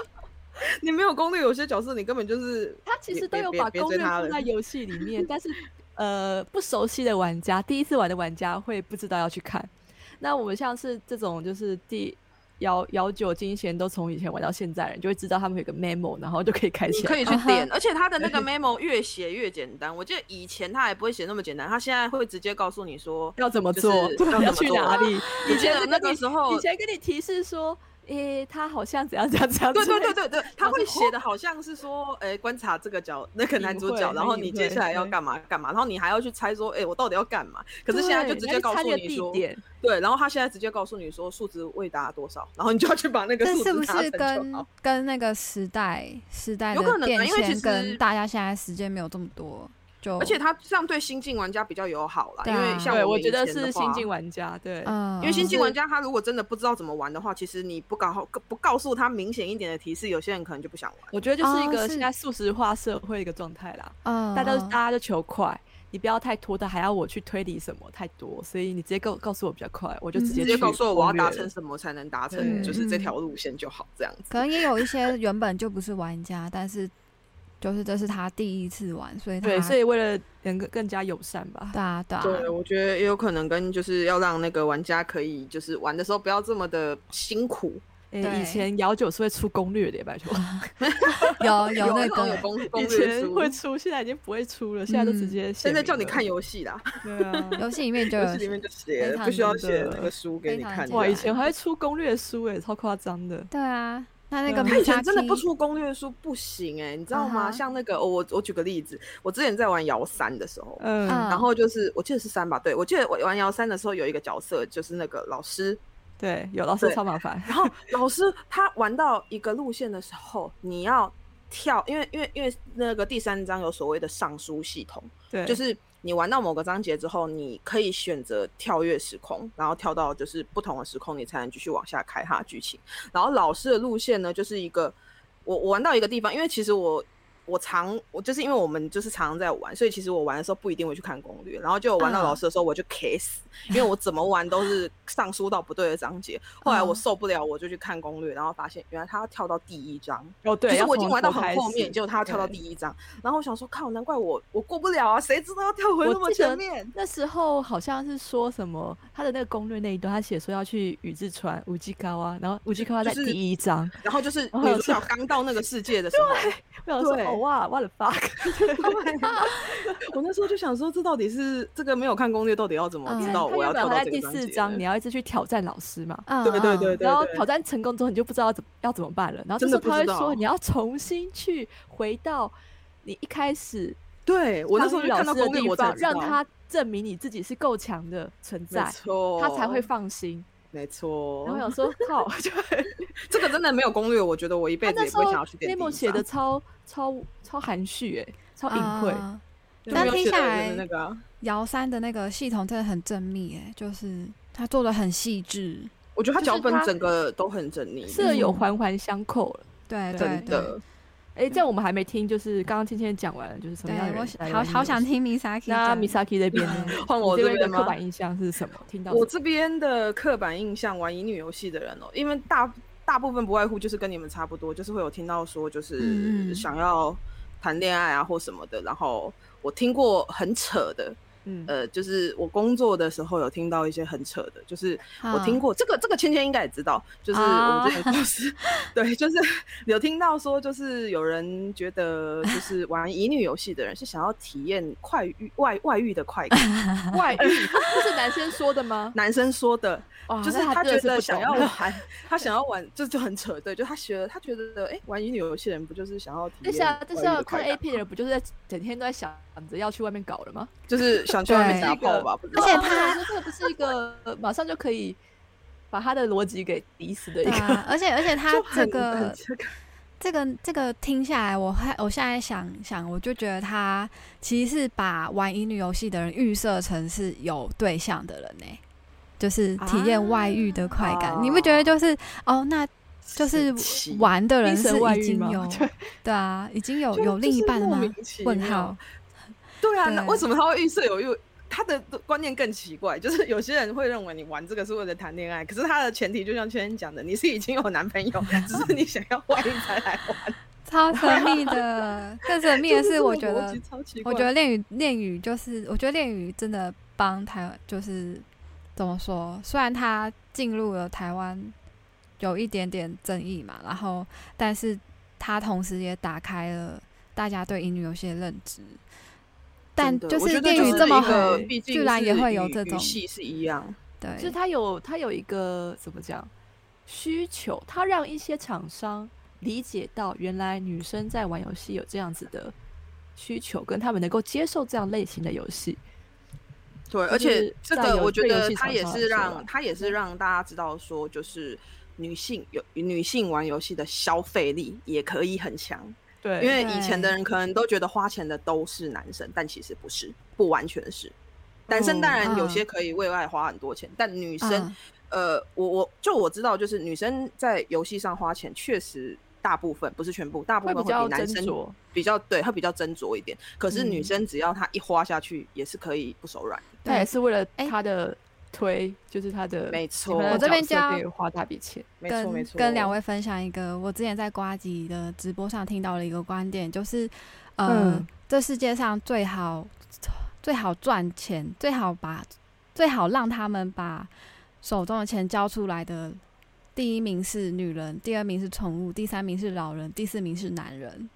C: 你没有攻略，有些角色你根本就是
B: 它其
C: 别
B: 实都
C: 别
B: 有
C: 别
B: 把
C: 别
B: 攻
C: 追
B: 略
C: 它
B: 放
C: 了
B: 在游戏里面，但是呃，不熟悉的玩家，第一次玩的玩家会不知道要去看。那我们像是这种就是第幺幺九金贤都从以前玩到现在的人，就会知道他们有一个 memo，然后就可以开
C: 你
B: 起
C: 可
B: 来。
C: 以去点，而且它的那个 memo 越写越简单。我记得以前它还不会写那么简单，它现在会直接告诉你说
B: 要怎么
C: 就
B: 做？
C: 是要
B: 要
C: 怎么
B: 去
C: 做
B: 哪里？
C: 以
B: 以
C: 前
B: 前是
C: 那
B: 跟
C: 个
B: 你
C: 时候
B: 以，前跟你提示说，诶、他好像怎样怎样怎样。
C: 对对对， 对对，他
B: 然后
C: 会
B: 就
C: 写的好像是说，哎、观察这个角那个男主角，
B: 隐晦
C: 然后
B: 很
C: 你
B: 隐
C: 接
B: 晦
C: 下来要
B: 对
C: 干嘛干嘛，然后你还要去猜说，哎、我到底要干嘛？可是现在就直接告诉你
B: 地
C: 说，
B: 点，
C: 对，然后他现在直接告诉你说数值未达多少，然后你就要去把那个
A: 这是
C: 数值
A: 不
C: 达成
A: 是
C: 就
A: 跟
C: 好。
A: 跟那个时代时代
C: 有可能
A: 的
C: 啊
A: 变
C: 因为其
A: 迁
C: 实
A: 跟大家现在时间没有这么多，就
C: 而且他这样对新进玩家比较友好啦，
A: 对
C: 因
A: 啊
C: 为像
B: 对
C: 我
B: 我
C: 们
B: 觉
C: 以
B: 得
C: 前的
B: 是
C: 话
B: 新进玩家，对，
A: 嗯，
C: 因为新进
B: 嗯
C: 玩家他如果真的不知道怎么玩的话，其实你不搞不告诉他明显一点的提示，有些人可能就不想玩。
B: 我觉得就是一
A: 哦
B: 个
A: 是
B: 现在速食化社会一个状态啦。
A: 嗯，
B: 大家都
A: 嗯
B: 大家就求快，你不要太拖的，还要我去推理什么太多，所以你直接告告诉我比较快，我就
A: 嗯
B: 直
C: 直
B: 接去
C: 接告诉我我要
B: 攻略
C: 达
B: 了
C: 成什么才能达成，
B: 对
C: 就是这
A: 嗯
C: 条路线就好，这样子。
A: 可能也有一些原本就不是玩家，但是就是这是他第一次玩，所以他
C: 啊
B: 对，所
A: 以
B: 以为了能更更加友善吧，
A: 对啊对啊，
C: 对，我觉得也有可能跟就是要让那个玩家可以就是玩的时候不要这么的辛苦，
B: 诶
A: 对
B: 以前姚九是会出攻略的，拜托，
A: 有有
C: 那
A: 那
C: 种 有
A: 个
C: 攻
B: 以
C: 攻略
B: 前
C: 书，
B: 会出，现在已经不会出了，现在都直
A: 嗯
B: 接
C: 现
B: 现
C: 在叫你看，游戏啦，
B: 对啊
A: 游戏里面就
C: 游
A: 有
C: 戏里面就写
A: 非
C: 了，
A: 常
C: 不需要
B: 的
C: 写那个书给你看
A: 非。常
B: 哇，
A: 的
B: 以前 还会出攻略书诶，超夸张的，
A: 对啊，那那
B: 对
A: 个
B: 啊
A: 米
C: 他以
A: 莎
C: 前真的不
A: Key
C: 出攻略书不行哎、你知道吗？
A: 嗯哼
C: 像那个、哦、我我举个例子，我之前在玩摇三的时候，
B: 嗯，
A: 嗯
C: 然后就是我记得是三吧，对我记得我玩摇三的时候有一个角色就是那个老师，
B: 对，有老师
C: 对
B: 超麻烦，
C: 然后老师他玩到一个路线的时候，你要跳，因为因为因为那个第三章有所谓的上书系统，
B: 对，
C: 就是你玩到某个章节之后，你可以选择跳跃时空，然后跳到就是不同的时空，你才能继续往下开它的剧情。然后老师的路线呢，就是一个我我玩到一个地方，因为其实我我常我就是因为我们就是常常在玩，所以其实我玩的时候不一定会去看攻略，然后就玩到
A: 嗯
C: 老师的时候我就 K 死，因为我怎么玩都是上书到不对的章节。后来我
A: 嗯
C: 受不了，我就去看攻略，然后发现原来他要跳到第一章，
B: 哦，对，
C: 就是
B: 要
C: 我已经
B: 从
C: 玩到
B: 头
C: 很
B: 开
C: 后
B: 始
C: 面，结果他要跳到
B: 对
C: 第一章，然后我想说靠，难怪我我过不了啊，谁知道要跳回
B: 我
C: 那么
B: 记得
C: 前面？
B: 那时候好像是说什么，他的那个攻略那一段，他写说要去宇治川五 G 高啊，然后五 G 高在
C: 就
B: 第
C: 是
B: 一章，
C: 然后就是
B: 哦
C: 女主
B: 是
C: 角刚到那个世界的 时候，
B: 我想说
C: 对
B: 哦哇，我的 fuck，
C: 我那时候就想说，这到底是这个没有看攻略，到底要怎么
A: 嗯
C: 知
B: 他
C: 道我
B: 原
C: 要
B: 本
C: 跳
B: 他
C: 到
B: 在
C: 这
B: 第
C: 个章
B: 四
C: 节
B: 章，
C: 呢
B: 你要一直去挑战老师嘛，
A: 嗯，
C: 对对对
A: 嗯
C: 对
B: 然后
C: 对
B: 挑战成功之后，你就不知道怎要怎么办了，然后这
C: 真
B: 时
C: 的
B: 候
C: 不
B: 他会
C: 知
B: 说
C: 道
B: 你要重新去回到你一开始
C: 对我那时
B: 上
C: 候
B: 遇
C: 就
B: 老
C: 看到
B: 师的
C: 攻略，
B: 地
C: 我才
B: 方，
C: 知
B: 让
C: 道
B: 他证明你自己是够强的存在
C: 没，错，
B: 他才会，放心。
C: 没错
B: 然后，我想说靠， 就
C: 这个真的没有攻略，我觉得我一
B: 他
C: 辈子
B: 那
C: 也
B: 时
C: 不会
B: 候
C: 想要去点
B: memo
C: 第一
B: 写
C: 章
B: 的超超超含蓄哎、超隐晦。
C: 嗯
A: 啊
C: 就
A: 但
C: 没有
A: 听
C: 写
A: 下
C: 到
A: 来
C: 人的那个啊，
A: 姚三的那个系统真的很缜密，哎，就是他做的很细致，
C: 我觉得他
B: 就是
C: 脚本
B: 他
C: 整个都很缜密，
B: 舍友
A: 嗯
B: 环环相扣了。
A: 对对
C: 真
A: 对，
C: 的。
B: 哎、这样我们还没听，就是刚刚芊芊讲完了，就是什么样的
A: 对我
B: 人
A: 想
B: 来
A: 好
B: 玩
A: 好想
B: 游戏。
A: 听 Misaki
B: 那
A: 讲
B: Misaki 这边呢
A: 对
C: 换
B: 你
C: 我
B: 这
C: 这
B: 边的
C: 边
B: 刻
C: 吗
B: 板印象是什么？听到
C: 我
B: 什
C: 这边的刻板印象，玩乙女游戏的人哦，因为大大部分不外乎就是跟你们差不多，就是会有听到说就
A: 嗯嗯
C: 是想要谈恋爱啊或什么的。然后我听过很扯的，
B: 么嗯，
C: 呃，就是我工作的时候有听到一些很扯的，就是我听
A: 啊
C: 过、这个这个芊芊应该也知道，就是我们之前公司、对，就是 有听到说，就是有人觉得就是玩乙女游戏的人是想要体验快遇外外遇的快感，
B: 外遇，这是男生说的吗？
C: 男生说的。
B: 哇
C: 就是
B: 哦那他
C: 他
B: 真
C: 觉
B: 的是
C: 得
B: 不
C: 想
B: 懂
C: 要 玩，他想要玩，这就很扯，对，就他学了，他觉得，哎、玩乙女游戏的人不就是想要体
B: 但
C: 验
B: 是啊，但
C: 外
B: 是
C: 遇
B: 要
C: 的
B: 看
C: 快
B: A
C: 感，
B: 片的人，不就是在整天都在想着要去外面搞了吗？
C: 就是想去外面
A: 对
C: 打炮吧？不知
A: 而
C: 道
A: 且
B: 对啊我
A: 他
B: 想说这个不是一个马上就可以把他的逻辑给抵死的一
A: 对
B: 个。
A: 啊，而且而且他
C: 就
A: 这
C: 很很
A: 个
C: 这个
A: 这个这个听下来，我还我现在想想，我就觉得他其实是把玩乙女游戏的人预设成是有对象的人呢、欸就是体验外遇的快感。
C: 啊
A: 你不觉得就是哦，那就
C: 神
A: 是
C: 奇
A: 玩的啊人
B: 精
A: 是
B: 神外
A: 已
B: 遇
A: 经
B: 吗
A: 有
B: 对
A: 对啊，已经有
C: 就
A: 有另一半了？吗
C: 就是莫？名其
A: 问
C: 妙
A: 号，
C: 对啊，那
A: 对
C: 为什么他会预设有又他的观念更奇怪，就是有些人会认为你玩这个是为了谈恋爱，可是他的前提就像圈圈讲的，你是已经有男朋友，只是你想要外遇才来 玩。
A: 超神秘 的，更神秘的，
C: 就是这
A: 我
C: 个
A: 觉
C: 逻
A: 得
C: 辑超奇
A: 我
C: 怪
A: 觉得恋语恋语就是，我觉得恋语真的帮台湾，就是怎么说？虽然他进入了台湾有一点点争议嘛，然后但是他同时也打开了大家对英语有些认知。但
C: 真的
A: 就
C: 我觉
A: 是
C: 得
A: 恋
C: 就是
A: 语这么
C: 一个
A: 红，
C: 毕竟
A: 居然也
C: 是
A: 会有
C: 语
A: 这种
C: 语系是一样，
A: 对，
B: 就是他有他有一个怎么讲需求，他让一些厂商理解到原来女生在玩游戏有这样子的需求，跟他们能够接受这样类型的游戏。
C: 对，
B: 就
C: 而且
B: 是
C: 这
B: 在
C: 个
B: 游
C: 我觉
B: 对游
C: 得
B: 戏
C: 它
B: 厂
C: 也
B: 商来
C: 是
B: 说
C: 让
B: 啦
C: 它也是让大家知道说，就是女性有女性玩游戏的消费力也可以很强，
B: 对
C: 因为以前的
A: 对
C: 人可能都觉得花钱的都是男生，但其实不是，不完全是。男生当然有
A: 嗯
C: 些可以为爱花很多钱，但女生，
A: 嗯
C: 呃，我我就我知道，就是女生在游戏上花钱确实。大部分不是全部，大部
B: 会
C: 分
B: 比
C: 会
B: 较
C: 比
B: 斟
C: 男生
B: 酌。
C: 比较对，她比较斟酌一点。可是女
B: 嗯
C: 生只要她一花下去，也是可以不手软。
B: 他也
A: 对
B: 是为了
A: 哎
B: 他的推，就是他的
C: 没
B: 喜欢
C: 错
B: 的
A: 我这边就
B: 角色
A: 要
B: 可以花大笔钱。
C: 没错没
A: 跟
C: 错，
A: 跟两位分享一个我之前在瓜吉的直播上听到的一个观点，就是，呃，
B: 嗯
A: 这世界上最好最好赚钱、最好把最好让他们把手中的钱交出来的，第一名是女人，第二名是宠物，第三名是老人，第四名是男人。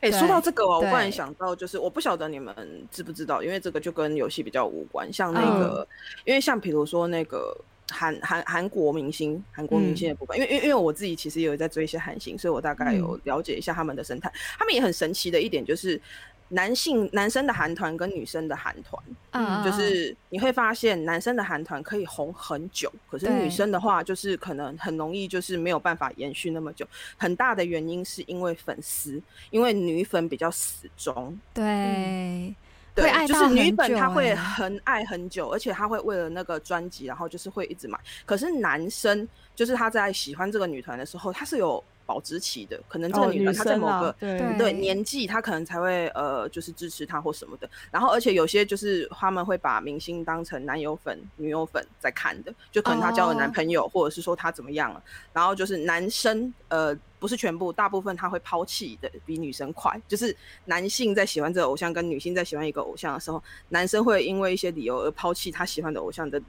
C: 哎、说到这个哦，我
A: 对
C: 忽然想到，就是我不晓得你们知不知道，因为这个就跟游戏比较无关。像那
A: 嗯
C: 个，因为像比如说那个韩韩韩国明星，韩国
A: 嗯
C: 明星的部分，因为因为因为我自己其实也有在追一些韩星，所以我大概
A: 嗯
C: 有了解一下他们的生态。他们也很神奇的一点就是，男性男生的韩团跟女生的韩团，
A: 嗯，
C: 就是你会发现男生的韩团可以红很久，可是
A: 对
C: 女生的话就是可能很容易就是没有办法延续那么久。很大的原因是因为粉丝，因为女粉比较死忠，
A: 对，会
C: 对
A: 爱，
C: 就
A: 到
C: 是
A: 很
C: 女粉
A: 久
C: 她会
A: 欸
C: 很爱很久，而且她会为了那个专辑，然后就是会一直买。可是男生就是他在喜欢这个女团的时候，他是有保质期的，可能这
B: 哦，
C: 个女人她在
B: 生
C: 某
B: 啦
C: 个
B: 对
A: 对
C: 对年纪，他可能才会呃，就是支持他或什么的。然后，而且有些就是他们会把明星当成男友粉、女友粉在看的，就可能他交了男
A: 哦
C: 朋友，或者是说他怎么样了。然后就是男生呃，不是全部，大部分他会抛弃的比女生快。就是男性在喜欢这个偶像，跟女性在喜欢一个偶像的时候，男生会因为一些理由而抛弃他喜欢的偶像的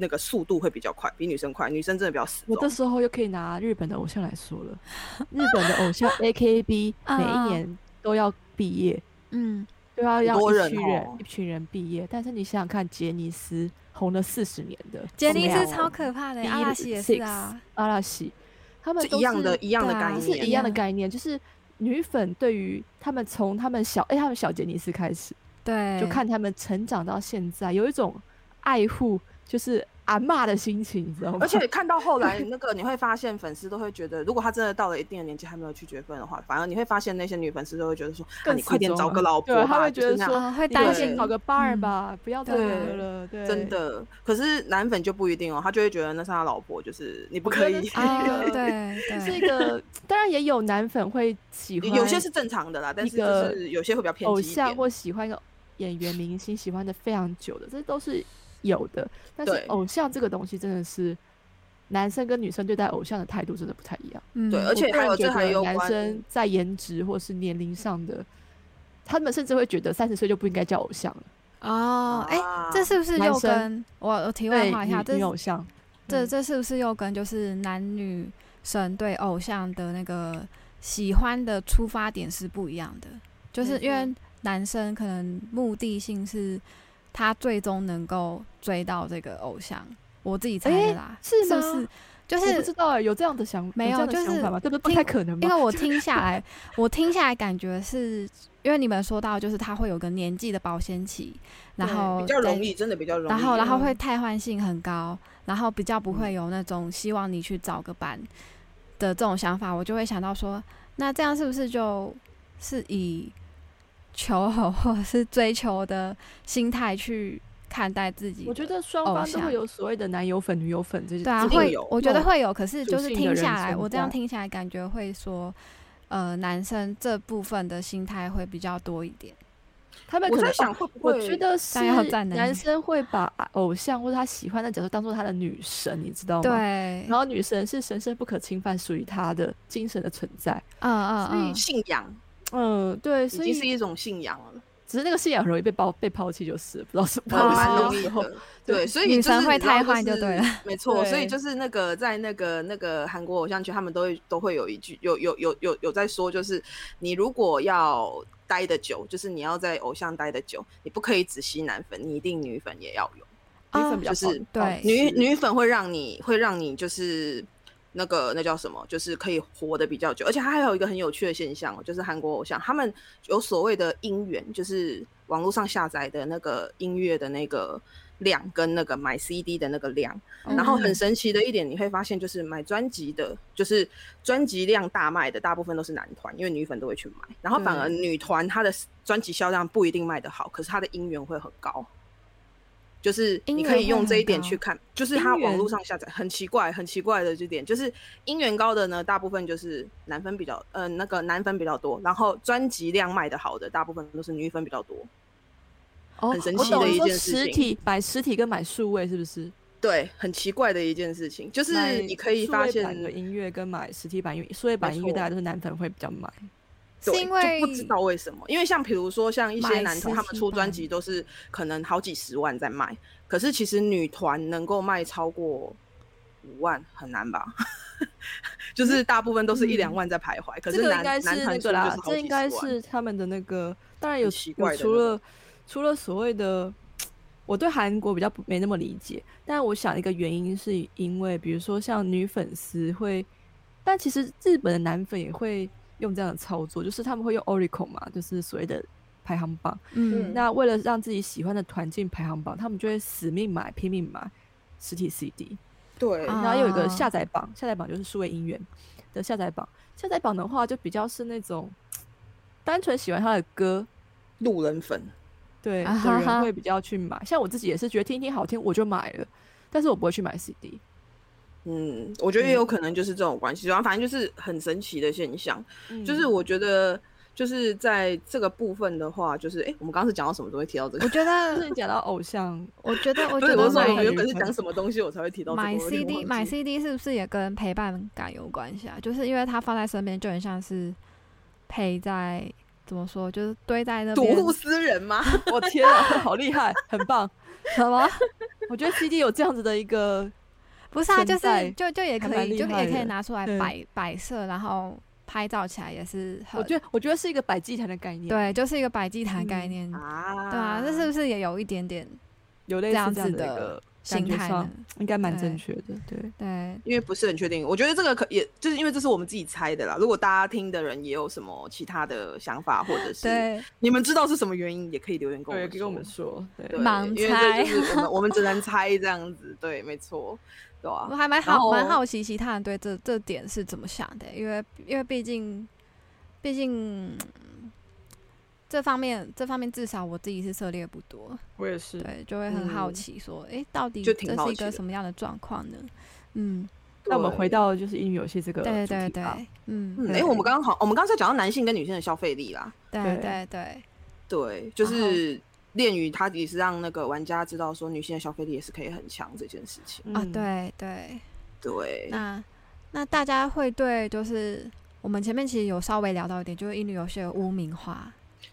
C: 那个速度会比较快，比女生快。女生真的比较死
B: 我这
C: 忠。
B: 时候又可以拿日本的偶像来说 了，日本的偶像 A K B 每一
A: 嗯嗯
B: 年都要毕业，
A: 嗯，
B: 都要让
C: 多
B: 一
C: 人
B: 群
C: 哦
B: 人一群人毕业。但是你想想看，杰尼斯红了四十年的，
A: 杰尼斯
C: 哦
A: 超可怕的，
B: Big
A: 阿拉西也是啊，
B: 阿拉西，他们
C: 是
B: 都
C: 一样的，一样的
A: 对啊
C: 概
B: 都
C: 念，
B: 是一样的
A: 念
B: 概念，就是女粉对于他们从他们小哎、他们小杰尼斯开始，
A: 对，哦
B: 就看他们成长到现在，有一种爱护就是阿嬷的心情，你知道吗？
C: 而且看到后来那个，你会发现粉丝都会觉得，如果他真的到了一定的年纪还没有去结婚的话，反而你会发现那些女粉丝都会觉得说，啊，
B: 更
C: 你快点
B: 死忠
C: 找个
B: 了
C: 老婆
B: 对
C: 吧，
B: 他会觉
C: 就是
B: 得
C: 那样
B: 说
A: 啊会
B: 你
A: 担
B: 快
C: 对
B: 点
A: 心
B: 找个伴儿
A: 嗯
B: 吧，不要再
C: 对
B: 喝了，对，
C: 真的。可是男粉就不一定哦，他就会觉得那是他老婆，就是你不
B: 我
C: 可
B: 觉得
C: 以。
B: 是
A: 啊，
B: 这
A: 对
B: 个是一
A: 对，
B: 个，当然也有男粉会喜欢，
C: 有些是正常的啦，但是就
B: 个
C: 是有些会比较偏
B: 偶
C: 激一点
B: 像。或喜欢一个演员、明星，喜欢的非常久的，这都是有的。但是
C: 对
B: 偶像这个东西真的是，男生跟女生对待偶像的态度真的不太一样。
A: 嗯
C: 对而且
B: 我个人
C: 还有
B: 觉
C: 这还
B: 得
C: 有
B: 男
C: 关
B: 生在颜值或是年龄上的，他们甚至会觉得三十岁就不应该叫偶像了，
A: 哦，哎，
C: 啊
A: 这是不是
B: 男
A: 又
B: 生
A: 跟我我题外
B: 对
A: 话一下，
B: 女
A: 这
B: 女偶像，
A: 这
B: 嗯
A: 这是不是又跟就是男女生对偶像的那个喜欢的出发点是不一样的？就是
B: 没错
A: 因为男生可能目的性是他最终能够追到这个偶像，我自己猜的
B: 诶
A: 啦，
B: 是
A: 不
B: 吗
A: 是？就
B: 我不
A: 是
B: 知道哎、有这样的想
A: 没
B: 有
A: 有
B: 这
A: 就
B: 样的
A: 是
B: 想法吗？这不不
A: 听
B: 太可能
A: 因
B: 吧
A: 为？ 我听下来，我听下来感觉是因为你们说到就是他会有个年纪的保鲜期，然
B: 对
A: 后
C: 比较
A: 再
C: 容易，真的比较容易。啊
A: 然后，然后会
B: 嗯
A: 汰换性很高，然后比较不
C: 嗯
A: 会有那种希望你去找个班的这种想法，我就会想到说，那这样是不是就是以求偶或者是追求的心态去看待自己？
B: 我觉，得双
A: 偶
B: 方都
A: 像
B: 会有所谓的男友粉、女友粉这些。
A: 对啊，
C: 一定
A: 会
C: 有，
A: 我觉得
B: 那
A: 会有，可是
B: 属
A: 就是
B: 性的
A: 听
B: 人
A: 下来，
B: 存
A: 我这样
B: 在
A: 听下来感觉会说，呃，男生这部分的心态会比较多一点。
B: 他们
C: 我
B: 可能
C: 在想会不
B: 我
C: 会，
B: 觉得是
A: 大家要站男
B: 男
A: 女
B: 生会把啊偶像或者他喜欢的角色当做他的女神，你知道吗？。
A: 对，
B: 然后女神是神圣不可侵犯，属于他的精神的存在。
A: 嗯嗯
C: 信仰
B: 嗯，对，
C: 已
B: 所
C: 经是
B: 以
C: 一种信仰了，
B: 只是那个信仰很容易被抛被抛弃，就是不知道是不知道
A: 哦
B: 是
C: 蛮
B: 什么
C: 容易
B: 时候
C: 的。对，所以
A: 女
C: 就是
A: 神会
C: 你知道
A: 汰换就对了
C: 是没错。所以
B: 对
C: 就是那个在那个那个韩国偶像圈，他们都会都会有一句有有有有有在说，就是你如果要待得久，就是你要在偶像待得久，你不可以只吸男粉，你一定女粉也要有。
B: 女
A: 嗯，
B: 粉比较
A: 哦
C: 就是
B: 保
A: 对
C: 女女粉会让你会让你就是那个那叫什么，就是可以活得比较久，而且它还有一个很有趣的现象哦，就是韩国偶像他们有所谓的音源，就是网络上下载的那个音乐的那个量跟那个买 CD 的那个量，然后很
A: 嗯
C: 神奇的一点，你会发现就是买专辑的，就是专辑量大卖的，大部分都是男团，因为女粉都会去买，然后反而
B: 对
C: 女团她的专辑销量不一定卖得好，可是她的音源会很高。就是
A: 音
C: 你
A: 源
C: 可
A: 会
C: 以用这一点
A: 很高
C: 去看，就是它
B: 音
C: 网络
B: 源
C: 上下载很奇怪、很奇怪的这点，就是音源高的呢，大部分就是男粉比较，呃，那个男粉比较多，然后专辑量卖得好的，大部分都是女粉比较多。
B: 哦
C: 很神
B: 我
C: 奇
B: 懂
C: 的
B: 你
C: 一
B: 说
C: 件事
B: 实
C: 情
B: 体买实体跟买数位是不是？
C: 对，很奇怪的一件事情，就是
B: 买
C: 你可以
B: 数
C: 发
B: 位
C: 现
B: 版的音乐跟买实体版音乐，数位版音乐
C: 错
B: 大家都是男粉会比较买。
A: 是
C: 对
A: 因
C: 就
A: 为
C: 不知道为什么，因为像比如说像一些
A: 买
C: 男团，
A: 实
C: 他们
A: 体
C: 出专
A: 版
C: 辑都是可能好几十万在卖，可是其实女团能够卖超过五万很难吧？ 就是大部分都是一两
B: 嗯
C: 万在徘徊，可是
B: 这个应
C: 男
B: 该是
C: 男
B: 那
C: 团出
B: 个
C: 就
B: 啦
C: 是，好
B: 这
C: 几
B: 应
C: 十
B: 该
C: 万。
B: 是他们的那个，当然有
C: 很奇
B: 有
C: 怪的
B: 除
C: 那种
B: 了除了所谓的，我对韩国比较不没那么理解，但我想一个原因是因为，比如说像女粉丝会，但其实日本的男粉也会用这样的操作，就是他们会用 Oricon 嘛，就是所谓的排行榜。
A: 嗯
B: 那为了让自己喜欢的团进排行榜，他们就会死命买、拼命买实体 CD。
C: 对
A: 啊
B: 然后有一个
A: 哦
B: 下载榜，下载榜就是数位音源的下载榜。下载榜的话，就比较是那种单纯喜欢他的歌，
C: 路人粉，
B: 对
A: 啊
B: 的
A: 哈哈
B: 人会比较去买。像我自己也是觉得听一听好听我就买了，但是我不会去买 CD。
C: 嗯，我觉得也有可能就是这种关系，然后反正就是很神奇的现象。
A: 嗯
C: 就是
B: 嗯
C: 我觉得，就是在这个部分的话，就是哎、诶我们刚刚是讲到什么都会提到这个
A: 我。觉
B: 就是
A: 得，
B: 你讲到偶像，
A: 我觉得，我
C: 不
A: 觉
C: 是，我
A: 得
C: 是说我
A: 买
C: 们原本是讲什么东西，我才会提到这个。
A: 买
C: 我有点
A: CD
C: 忘
A: 买
C: 记
A: CD 是不是也跟陪伴感有关系啊？就是因为它放在身边，就很像是陪在怎么说，就是堆在那
C: 睹
A: 边
C: 物思人吗？
B: 我天啊，好厉害，很 棒！
A: 什么？
B: 我觉得 CD 有这样子的一个，
A: 不是啊，
B: 现
A: 就是
B: 在
A: 就就也
B: 还
A: 可
B: 蛮
A: 以，
B: 厉
A: 就
B: 害
A: 也可以
B: 的
A: 拿出来
B: 对
A: 摆摆设，然后拍照起来也是很
B: 我觉得我觉得是一个摆祭坛的概念，，
A: 对，就是一个摆祭坛概
B: 嗯
A: 念，
C: 啊
A: 对啊，这是不是也有一点点
B: 有类
A: 这
B: 似
A: 样
B: 这样
A: 子
B: 的一
A: 的
B: 个感
A: 心
B: 觉
A: 态呢
B: 上？应该蛮正
A: 对
B: 确的，对。
A: 对，
C: 因为不是很确定，我觉得这个可也就是因为这是我们自己猜的啦。如果大家听的人也有什么其他的想法，或者是
A: 对，
C: 你们知道是什么原因，也可以留言跟我
B: 对，
C: 们
B: 跟我们
C: 说
B: 说，对
C: 对，
A: 盲
C: 因为这就是 我们我们只能猜这样子，对，没错，对
A: 我
C: 啊，
A: 还蛮
B: 然
A: 好
B: 后
A: 蛮好奇其他人对这这点是怎么想的，因为因为毕竟毕竟嗯这方面这方面至少我自己是涉猎不多，
B: 我也是
A: 对，就会很好
C: 嗯
A: 奇说，诶，到底
C: 就
A: 这
C: 挺好
A: 是一
C: 奇
A: 个
C: 的
A: 什么样的状况呢？嗯，
B: 那我们
C: 对
B: 回到就是英语游戏这个
A: 对
B: 呃主
A: 对
B: 题吧
A: 对，嗯，
C: 嗯，哎、
B: 对
C: 我们刚刚好，我们刚才讲到男性跟女性的消费力啦，
A: 对
B: 对
A: 对对，
C: 对，就
A: 然后
C: 是恋与它也是让那个玩家知道说女性的消费力也是可以很强这件事情，
A: 啊，
B: 嗯
A: 对对，
C: 对，
A: 那那大家会对就是我们前面其实有稍微聊到一点，就是英语游戏的污名化，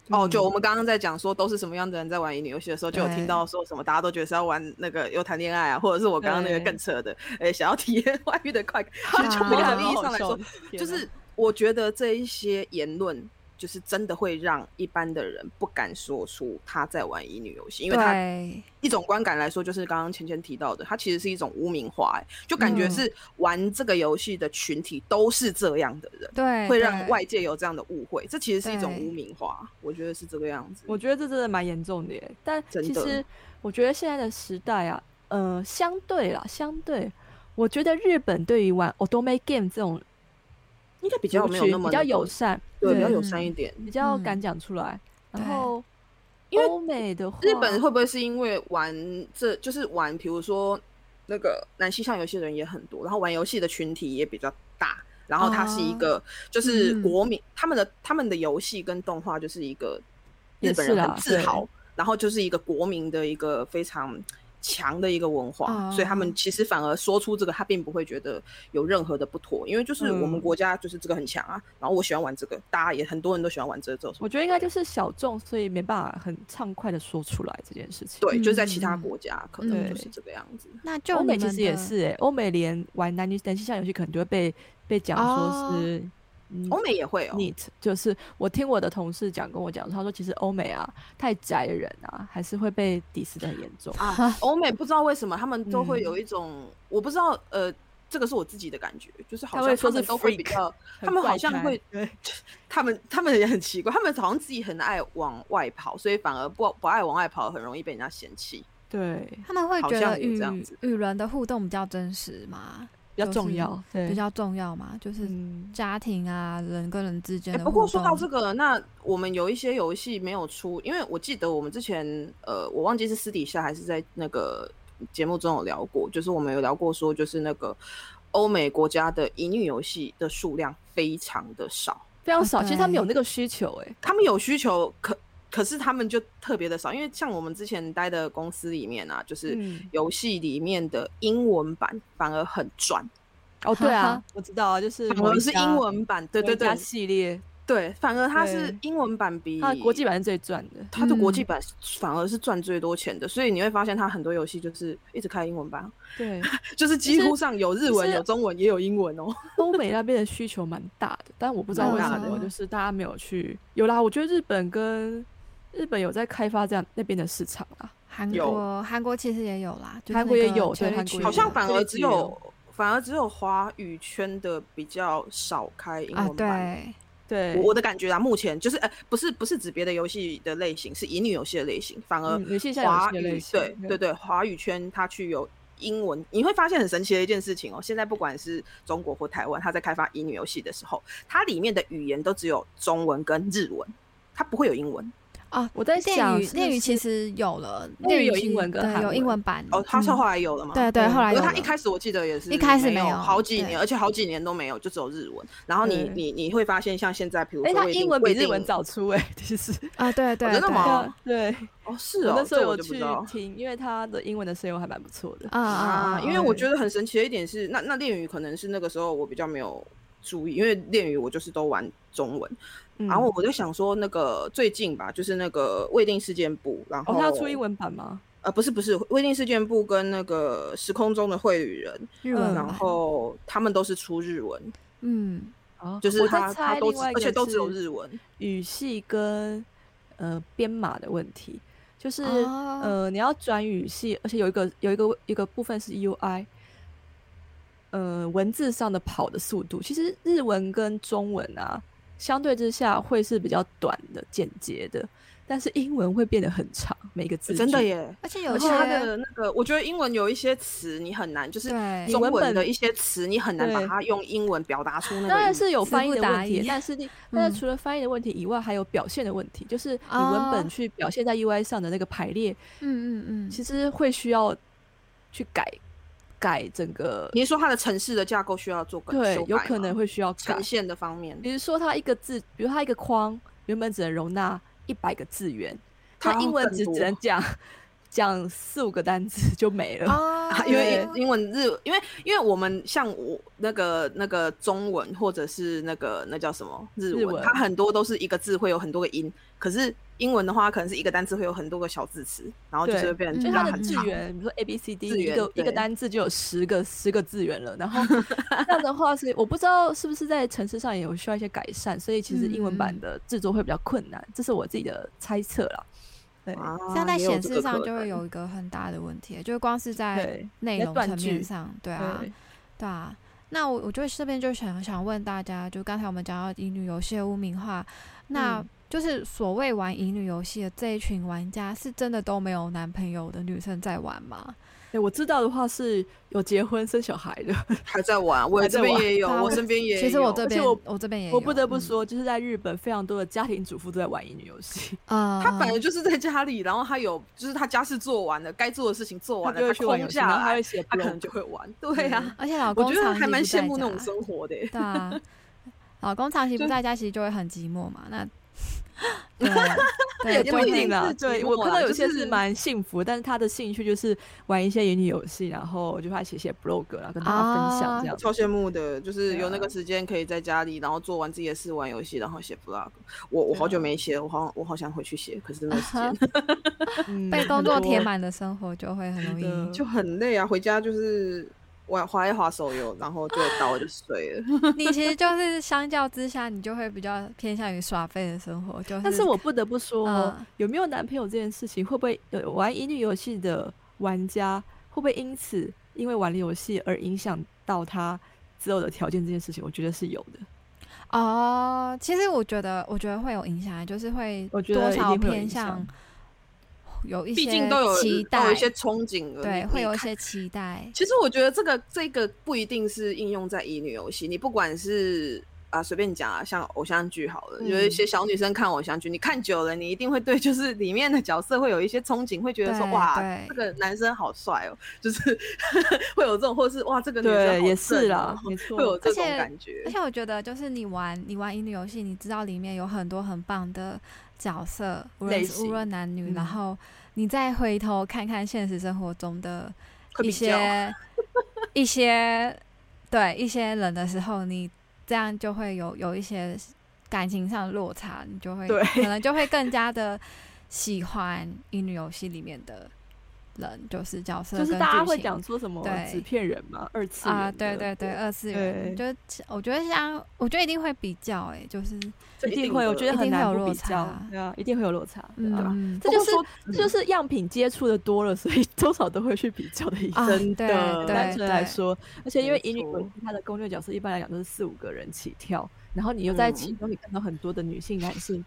C: 哦，就
B: 嗯
C: 我们刚刚在讲说都是什么样的人在玩乙女游戏的时候，就有
A: 对
C: 听到说什么大家都觉得是要玩那个又谈恋爱啊，或者是我刚刚那个
B: 对
C: 更扯的，哎，想要体验 外遇的快感。其实就
A: 啊
C: 某种意义上来
B: 好
C: 说
B: 好，笑
C: 就是我觉得这一些言论。就是真的会让一般的人不敢说出他在玩乙女游戏，因为他
A: 对
C: 一种观感来说，就是刚刚芊芊提到的，它其实是一种污名化、欸，就感觉
B: 嗯
C: 是玩这个游戏的群体都是这样的人，
A: 哎对，
C: 会让
A: 对
C: 外界有这样的误会，这其实是一种
A: 对
C: 污名化，我觉得是这个样子。
B: 我觉得这真的蛮严重的耶。但
C: 真
B: 其
C: 的
B: 实我觉得现在的时代啊，呃，相对啦，相对，我觉得日本对于玩 o d o m e game 这种
C: 应该比
B: 比
C: 较没有那么
B: 比较
C: 那个
B: 友善，
C: 对比较
A: 对
C: 友善一点。
B: 比较
A: 嗯
B: 敢讲出来。然
A: 对
B: 后，
C: 因为
B: 欧美的话，
C: 日本会不会是因为玩这就是玩，比如说那个男性向游戏的人也很多，然后玩游戏的群体也比较大，然后它是一
B: 哦
C: 个就是
A: 嗯
C: 国民，他们的他们的游戏跟动画就是一个日
B: 也
C: 本
B: 是
C: 人
B: 啦
C: 很自
B: 对
C: 豪，然后就是一个国民的一个非常。强的一个文化，所以他
A: 哦
C: 们其实反而说出这个，他并不会觉得有任何的不妥，因为就是我们
B: 嗯
C: 国家就是这个很强啊，然后我喜欢玩这个，大家也很多人都喜欢玩这个，这有什么
B: 我觉得应该就是小众，所以没办法很畅快的说出来这件事情。
C: 对，就是在其
A: 嗯
C: 他
A: 嗯
C: 国家可
A: 嗯
C: 能就
B: 对
C: 是这个样子。
A: 那就
B: 欧
A: 啊你
B: 美其
A: 们
B: 实也
A: 的
B: 是诶，欧美连玩男女男性向游戏可能就会被被讲
A: 哦
B: 说是。嗯
C: 欧美也会哦，
B: neat，就是我听我的同事讲跟我讲，他说其实欧美啊太宅的人啊，还是会被 diss 的很严重。
C: 啊，欧美不知道为什么他们都会
B: 嗯
C: 有一种，我不知道，呃，这个是我自己的感觉，就是好
B: 他
C: 像
B: 会
C: 他
B: 说
C: 们
B: 是
C: 都会比
B: freak
C: 较，
B: 很
C: 他们好
B: 怪
C: 像
B: 胎
C: 会
B: 对，
C: 他们他们也很奇怪，他们好像自己很爱往外跑，所以反而不不爱往外跑，很容易被人家嫌弃。
B: 对
A: 他们会
C: 好
A: 觉
C: 像
A: 得
C: 有
A: 与
C: 这样子
A: 与人的互动比较真实嘛，
B: 比较
A: 就
B: 重
A: 是
B: 要，对，
A: 比较重要嘛，就是
B: 嗯，
A: 家庭啊，人跟人之间
C: 哎、
A: 的互
C: 不
A: 动。
C: 过说到这个，那我们有一些游戏没有出，因为我记得我们之前，呃，我忘记是私底下还是在那个节目中有聊过，就是我们有聊过说，就是那个欧美国家的乙女游戏的数量非常的少，
B: 非常
A: 啊
B: 少。其实他们有
A: 对
B: 那个需求，哎，
C: 他们有需求，可可是他们就特别的少，因为像我们之前待的公司里面啊，就是
B: 嗯
C: 游戏里面的英文版反而很赚，
B: 哦，
A: 哈
B: 对
A: 哈
B: 啊，我知道啊，就是
C: 反
B: 某
C: 而
B: 一
C: 是
B: 家
C: 英文版，对
B: 某
C: 对
B: 一家
C: 对
B: 系列，
C: 对，反而它是
B: 对
C: 英文版比
B: 它的国际版是最赚的。
C: 它的国际
A: 嗯
C: 版反而是赚最多钱的，所以你会发现它很多游戏就是一直开英文版，
B: 对，
C: 就是几
B: 实
C: 乎上有日
B: 其
C: 文、
B: 实
C: 有中文，也有英文哦。
B: 欧美那边的需求蛮大的，嗯但我不知道为什
C: 蛮
A: 大
B: 么，
A: 的
B: 就是大家没有去。有啦，我觉得日本跟日本有在开发这样那边的市场啊。
A: 韩
C: 有
A: 国，韩国其实也有啦，就是
B: 韩国也
A: 那个
B: 有对
A: Cherry
B: 韩国
A: Tree
C: 好像反
B: 对
C: 而
B: 对
C: 只
B: 对
C: 有反而只有华语圈的比较少开英
A: 啊，
C: 文版。
A: 对，
B: 对，
C: 我我的感觉啊，目前就是呃，不是不是指别的游戏的类型，是乙女游戏的类型，反而
B: 嗯女性向游
C: 华
B: 戏的类
C: 语
B: 型
C: 对
B: 对
C: 对对华语圈它去有英文，你会发现很神奇的一件事情哦。现在不管是中国或台湾，它在开发乙女游戏的时候，它里面的语言都只有中文跟日文，它不会有英文。
A: 哦，
B: 我在
A: 恋
B: 想
A: 语
B: 是不
A: 恋语其
B: 是
A: 实有了，
B: 恋
A: 恋
B: 语
A: 语
B: 有
A: 其
B: 英
A: 实
B: 文跟
A: 对
B: 韩
A: 有英
B: 文
A: 文版
C: 哦，他是
A: 嗯
C: 后来有了吗？
A: 对对
B: 嗯
A: 后来
C: 可
A: 有
C: 是他一
A: 了
C: 开始我记得也是，
A: 一开始
C: 没
A: 没有
C: 好几
A: 对
C: 年，而且好几年都没有，就只有日文。然后你
B: 对
C: 你你会发现，像现在，比如
B: 哎，
C: 说
B: 他
C: 未定，
B: 英文
C: 未
B: 比日文
C: 定
B: 早出哎，其实
A: 啊，对对
C: 真的
A: 对，
C: 吗
A: 啊
C: 哦
B: 对，
C: 哦，是
B: 我
C: 哦，
B: 那时候
C: 这我
B: 有
C: 就不
B: 去
C: 知道
B: 听，因为他的英文的声优还蛮不错的。
A: 啊啊
C: 啊
A: 啊！，
C: 因为我
A: 对
C: 觉得很神奇的一点是，那那恋语可能是那个时候我比较没有注意，因为恋语我就是都玩中文。
B: 嗯
C: 然后啊我就想说，那个最近吧，就是那个未定事件簿，然后
B: 哦，他要出英文版吗？
C: 呃，不是不是，未定事件簿跟那个时空中的绘旅人，
A: 日文
B: 嗯
C: 然
A: 版
C: 后他们都是出日文，
A: 嗯
B: 哦，
C: 就是
B: 我在
C: 他他
B: 猜
C: 都
B: 另
C: 只
B: 外一
C: 而
B: 个
C: 且都只有
B: 是
C: 日文。
B: 语系跟呃编码的问题，就是、
A: 哦
B: 呃你要转语系，而且有一个有一个有一个部分是 UI，呃文字上的跑的速度，其实日文跟中文啊相对之下会是比较短的简洁的，但是英文会变得很长，每个字
C: 真的
B: 句，
C: 耶！
A: 而且有
C: 而且
B: 啊
C: 它
A: 些
C: 的那个，我觉得英文有一些词你很难，就是
A: 对嗯
C: 中
B: 文
C: 文
B: 本
C: 的一些词你很难把
B: 对
C: 它用英文表达出那个意思。
B: 当然是有
A: 词
B: 翻译
A: 不
B: 的
A: 达
B: 问
A: 意
B: 题，但是你但
A: 嗯
B: 是除了翻译的问题以外，还有表现的问题，就是你文
A: 哦
B: 本去表现在 UI 上的那个排列，
A: 嗯嗯嗯，
B: 其实会需要去改改整个，
C: 你是说它的城市的架构需要做更
B: 对
C: 修，
B: 有
C: 改
B: 可能
C: 吗
B: 会需要改
C: 呈。现的方面，
B: 比如说，它一个字，比如它一个框原本只能容纳一百个字元，
C: 它
B: 它
C: 要
B: 英文
C: 更
B: 只只
C: 多
B: 能讲 讲四五个单词就没 了。
A: 哦
C: 啊，因为英文日，因为因为我们像我那个那个中文或者是那个那叫什么日文，
B: 日文
C: 它很多都是一个字会有很多个音，可是英文的话可能是一个单字会有很多个小字词，然后就是
B: 对
C: 会变成
B: 就
A: 嗯
B: 是
C: 拉
B: 它
A: 那
B: 的
C: 很
B: 字
C: 长。
B: 源，比如说 A B C D，
C: 字
B: 一
C: 源
B: 个一
C: 对
B: 个单字就有十个十个字源了。然后这样的话是，我不知道是不是在城市上也有需要一些改善，所以其实英文
A: 嗯嗯
B: 版的制作会比较困难，这是我自己的猜测啦。对
C: 啊
A: 像在
C: 也有
A: 显
C: 这
A: 示
C: 个
A: 上
C: 可
A: 就会
C: 能
A: 有一个很大的问题，就是光是在
B: 对
A: 内
B: 在
A: 容
B: 断
A: 层
B: 句
A: 面上，对啊，
B: 对，
A: 对啊，那我我就这边就想想问大家，就刚才我们讲到乙女游戏的污名化，那
B: 嗯
A: 就是所谓玩乙女游戏的这一群玩家，是真的都没有男朋友的女生在玩吗？
B: 对我知道的话是有结婚生小孩的，
C: 还在玩，我
B: 还在
C: 这边
B: 玩
C: 也有，
A: 对啊
C: 我
A: 我
C: 身边也有。
A: 其实我这
B: 而且
A: 边
B: 我
A: 我这
C: 哎
A: 边也
B: 我不得不
A: 有，
B: 说，就是在日本非常多的家庭主妇都在玩乙女游戏，
A: 啊，
C: 他本来就是在家里，然后他有就是他家事做完了，该做的事情做
B: 他
C: 完
B: 就
C: 了，
B: 会
C: 他
B: 去玩游
C: 空
B: 戏，然后
C: 下
B: 他
C: 来
B: 会，写
C: 他可
B: blog
C: 能就会玩。对呀、
A: 嗯而且老
C: 我
A: 公
C: 觉得
A: 长期
C: 还蛮
A: 不在
C: 羡慕那种
A: 家
C: 生活的耶。
A: 对啊，老公长期不
C: 就
A: 在家，其实就会很寂寞嘛。那对对，
B: 也
A: 就
B: 不
A: 会
B: 一定啦
C: 是，
B: 对
C: 寂
B: 我
C: 寞
B: 看
C: 啦
B: 到有
C: 就
B: 些
C: 是
B: 是蛮幸福，但是他的兴趣就是玩一些乙女游戏，然后就他写写 blog，然后跟大家分
A: 啊
B: 享这样。
C: 超羡慕的，就是
B: 对
C: 有那个
B: 啊
C: 时间可以在家里，然后做完自己的事，玩游戏，然后写 vlog。我我
B: 对
C: 好久
B: 啊
C: 没写，我好我好想回去写，可是没有时
A: 啊
C: 间，
B: 嗯
A: 被工
B: 很
A: 作
B: 多
C: 欸
A: 填满的生活，就会很容
B: 真的
A: 易。
C: 就很累啊。回家就是玩滑一滑手游，然后就倒了就睡了。
A: 你其实就是相较之下，你就会比较偏向于耍废的生活。就是，
B: 但是我不得不说，哦
A: 嗯
B: 有没有男朋友这件事情，会不会有玩乙女游戏的玩家，会不会因此因为玩了游戏而影响到他择偶的条件这件事情？我觉得是有的。
A: 哦，其实我觉得，我觉得会有影响，啊就是会
B: 我觉
A: 多
B: 得一定
A: 少
B: 会有
A: 偏
B: 影响
A: 向 有一些
C: 毕竟都有
A: 期
C: 都有
A: 待
C: 一，些憧憬了，
A: 对，
C: 你
A: 会
C: 你
A: 有一
C: 看
A: 些期待。
C: 其实我觉得这个这个不一定是应用在乙女游戏，你不管是啊随便讲啊，像偶像剧好了，
B: 嗯
C: 有一些小女生看偶像剧，你看久了，你一定会对就是里面的角色会有一些憧憬，会觉得说
A: 对
C: 哇
A: 对，
C: 这个男生好帅哦，就是 会有这种，或是哇这个女生好
B: 对，也
C: 正
B: 是
C: 哦
B: 啦，没错
C: 会。有这种
A: 而且
C: 感觉
A: 而。且我觉得，就是你玩你玩乙女游戏，你知道里面有很多很棒的角色，无论
B: 类
A: 是无
B: 型
A: 论男女，
B: 嗯
A: 然后你再回头看看现实生活中的
C: 会
A: 一
C: 比较
A: 些一些对一些人的时候，你这样就会有有一些感情上的落差，你就会
B: 对
A: 可能就会更加的喜欢乙女游戏里面的人，就是角色
B: 就是
A: 跟
B: 大家
A: 剧
B: 会
A: 情
B: 讲说什么
A: 对
B: 纸片人嘛，二次元
A: 啊，对
B: 的
A: 对对，，二次元，就是我觉得像，我觉得一定会比较、欸，哎，就是，
C: 这
B: 一定会，我觉得
A: 一
B: 很
A: 定会
B: 难
A: 有
B: 不
A: 落
B: 比较
A: 差，
B: 对啊，一定会有落差，对啊。
A: 嗯，
B: 这
C: 不
B: 就
C: 过
B: 是
C: 说
B: 这就是样品接触的多了，所以 多少都会去比较的意思。
A: 啊，
C: 真
A: 对
C: 的
A: 对
B: 单纯来
A: 对
B: 说，而且因
C: 没
B: 为乙女游
C: 错
B: 戏它的攻略角色一般来讲都是四五个人起跳，然后你又在其
C: 嗯
B: 中你看到很多的女性、男性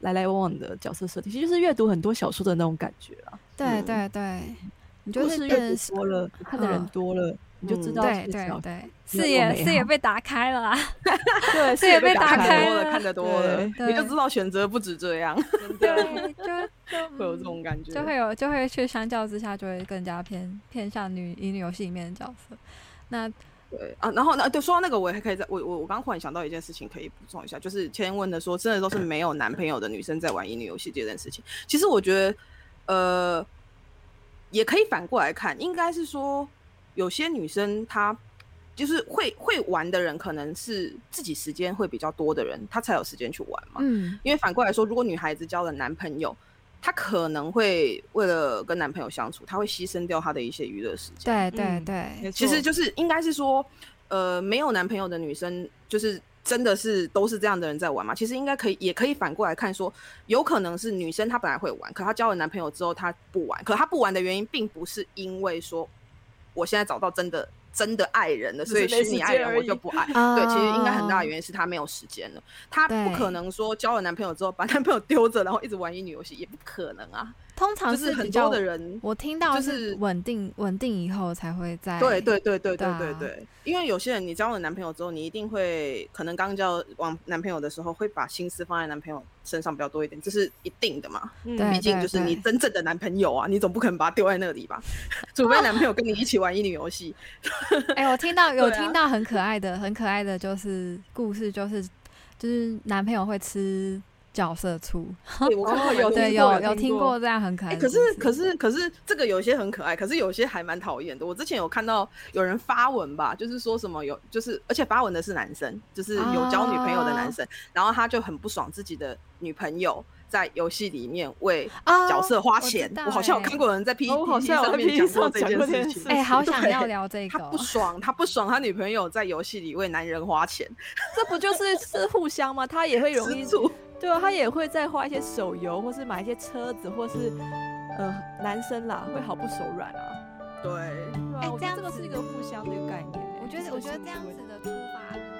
B: 来来往往的角色设定，其实就是阅读很多小说的那种感觉啊。
A: 对
C: 嗯
A: 对对，你
B: 故
A: 就
B: 事
A: 是变
B: 阅
A: 成
B: 读多了，你看的人
A: 嗯
B: 多了，你就知
C: 嗯
B: 道
A: 对
B: 这个角
A: 对对，视
B: 有多
A: 野
B: 美
A: 视野
B: 好
A: 被打开了啊，
B: 对
A: 视野被打
C: 打
A: 开
C: 多了，看的多了，
A: 对
C: 你就知道选择不止这样，
A: 对，就就
C: 会有
A: 嗯
C: 这种感觉。
A: 就会有就会去相较之下就会更加偏偏向女乙女游戏里面的角色。那
C: 对啊，然后呢？对，说到那个，我还可以再我我我刚忽然想到一件事情，可以补充一下，就是千问的说，真的都是没有男朋友的女生在玩乙女游戏这件事情。其实我觉得，呃，也可以反过来看，应该是说，有些女生她就是会会玩的人，可能是自己时间会比较多的人，她才有时间去玩嘛。
A: 嗯
C: 因为反过来说，如果女孩子交了男朋友，她可能会为了跟男朋友相处，她会牺牲掉她的一些娱乐时
A: 对
C: 间。
A: 对
B: 嗯
A: 对，
C: 其实就是应该是说，呃，没有男朋友的女生，就是真的是都是这样的人在玩嘛？其实应该可以，也可以反过来看说，有可能是女生她本来会玩，可她交了男朋友之后她不玩，可她不玩的原因并不是因为说我现在找到真的真的爱人了，
B: 只
C: 所
B: 是
C: 以
B: 没
C: 虚拟
B: 时
C: 爱
B: 间
C: 人
B: 而
C: 我
B: 已哦
C: 就不 爱。对
A: 对，
C: 其实应该很大的
A: 原
C: 原因是她没有时间了，她不
A: 对
C: 可能说交了男朋友之后把男朋友丢着，然后一直玩乙女游戏，也不可能啊。
A: 哦通常
C: 就是
A: 比
C: 很
A: 较
C: 多的人
A: 我听到
C: 就是是
A: 稳定稳定以后才会在
C: 对对对
A: 对
C: 对对对
A: 啊
C: 对，因为有些人你交了男朋友之后，你一定会可能刚交往男朋友的时候，会把心思放在男朋友身上比较多一点，这是一定的嘛。
B: 嗯
A: 对
C: 毕竟就是你真正的男朋友啊，你总不可能把他丢在那里吧？ 除非男朋友跟你一起玩乙女 游戏。
A: 哎、我听 到有
C: 对啊
A: 听到很可爱的、很可爱的，就是故事，就是就是男朋友会吃角色醋，
C: 对，我看到
B: 有
A: 对，
B: 听过
A: 哦有
B: 有听
A: 听
B: 过
A: 过这样很可爱
C: 哎、
A: 的
C: 可
A: 故
C: 是
A: 事、
C: 可是可是这个有些很可爱，可是有些还蛮讨厌的。我之前有看到有人发文吧，就是说什么有就是，而且发文的是男生，就是有交女朋友的男
A: 啊
C: 生，然后他就很不爽自己的女朋友在游戏里面为
A: 啊
C: 角色花
A: 我知
C: 钱。
A: 道
C: 我好像有
A: 欸
C: 看过有人在 P E
B: 哦我好
C: P
B: 像有
C: 上
B: 在
C: 面
B: PTT
C: 过这
B: 上讲
C: 件
B: 过这件
C: 事情
B: 事，
A: 哎、好想
C: 对
A: 要聊这
C: 他
A: 个哦、
C: 不爽，他不爽，他女朋友在游戏里为男人花钱，
B: 这不就是是互相吗？他也会容易
C: 吃醋。
B: 对啊，他也会再花一些手游，或是买一些车子，或是呃男生啦，会好不手软啊。
C: 对。
B: 对啊
A: 哎
B: 我
A: 这
B: 觉
A: 样
B: 得这个
A: 子
B: 是一个互相的一个概念欸。
A: 我觉得
B: 这
A: 我
B: 个
A: 觉得
B: 是
A: 这样
B: 不会
A: 子的出发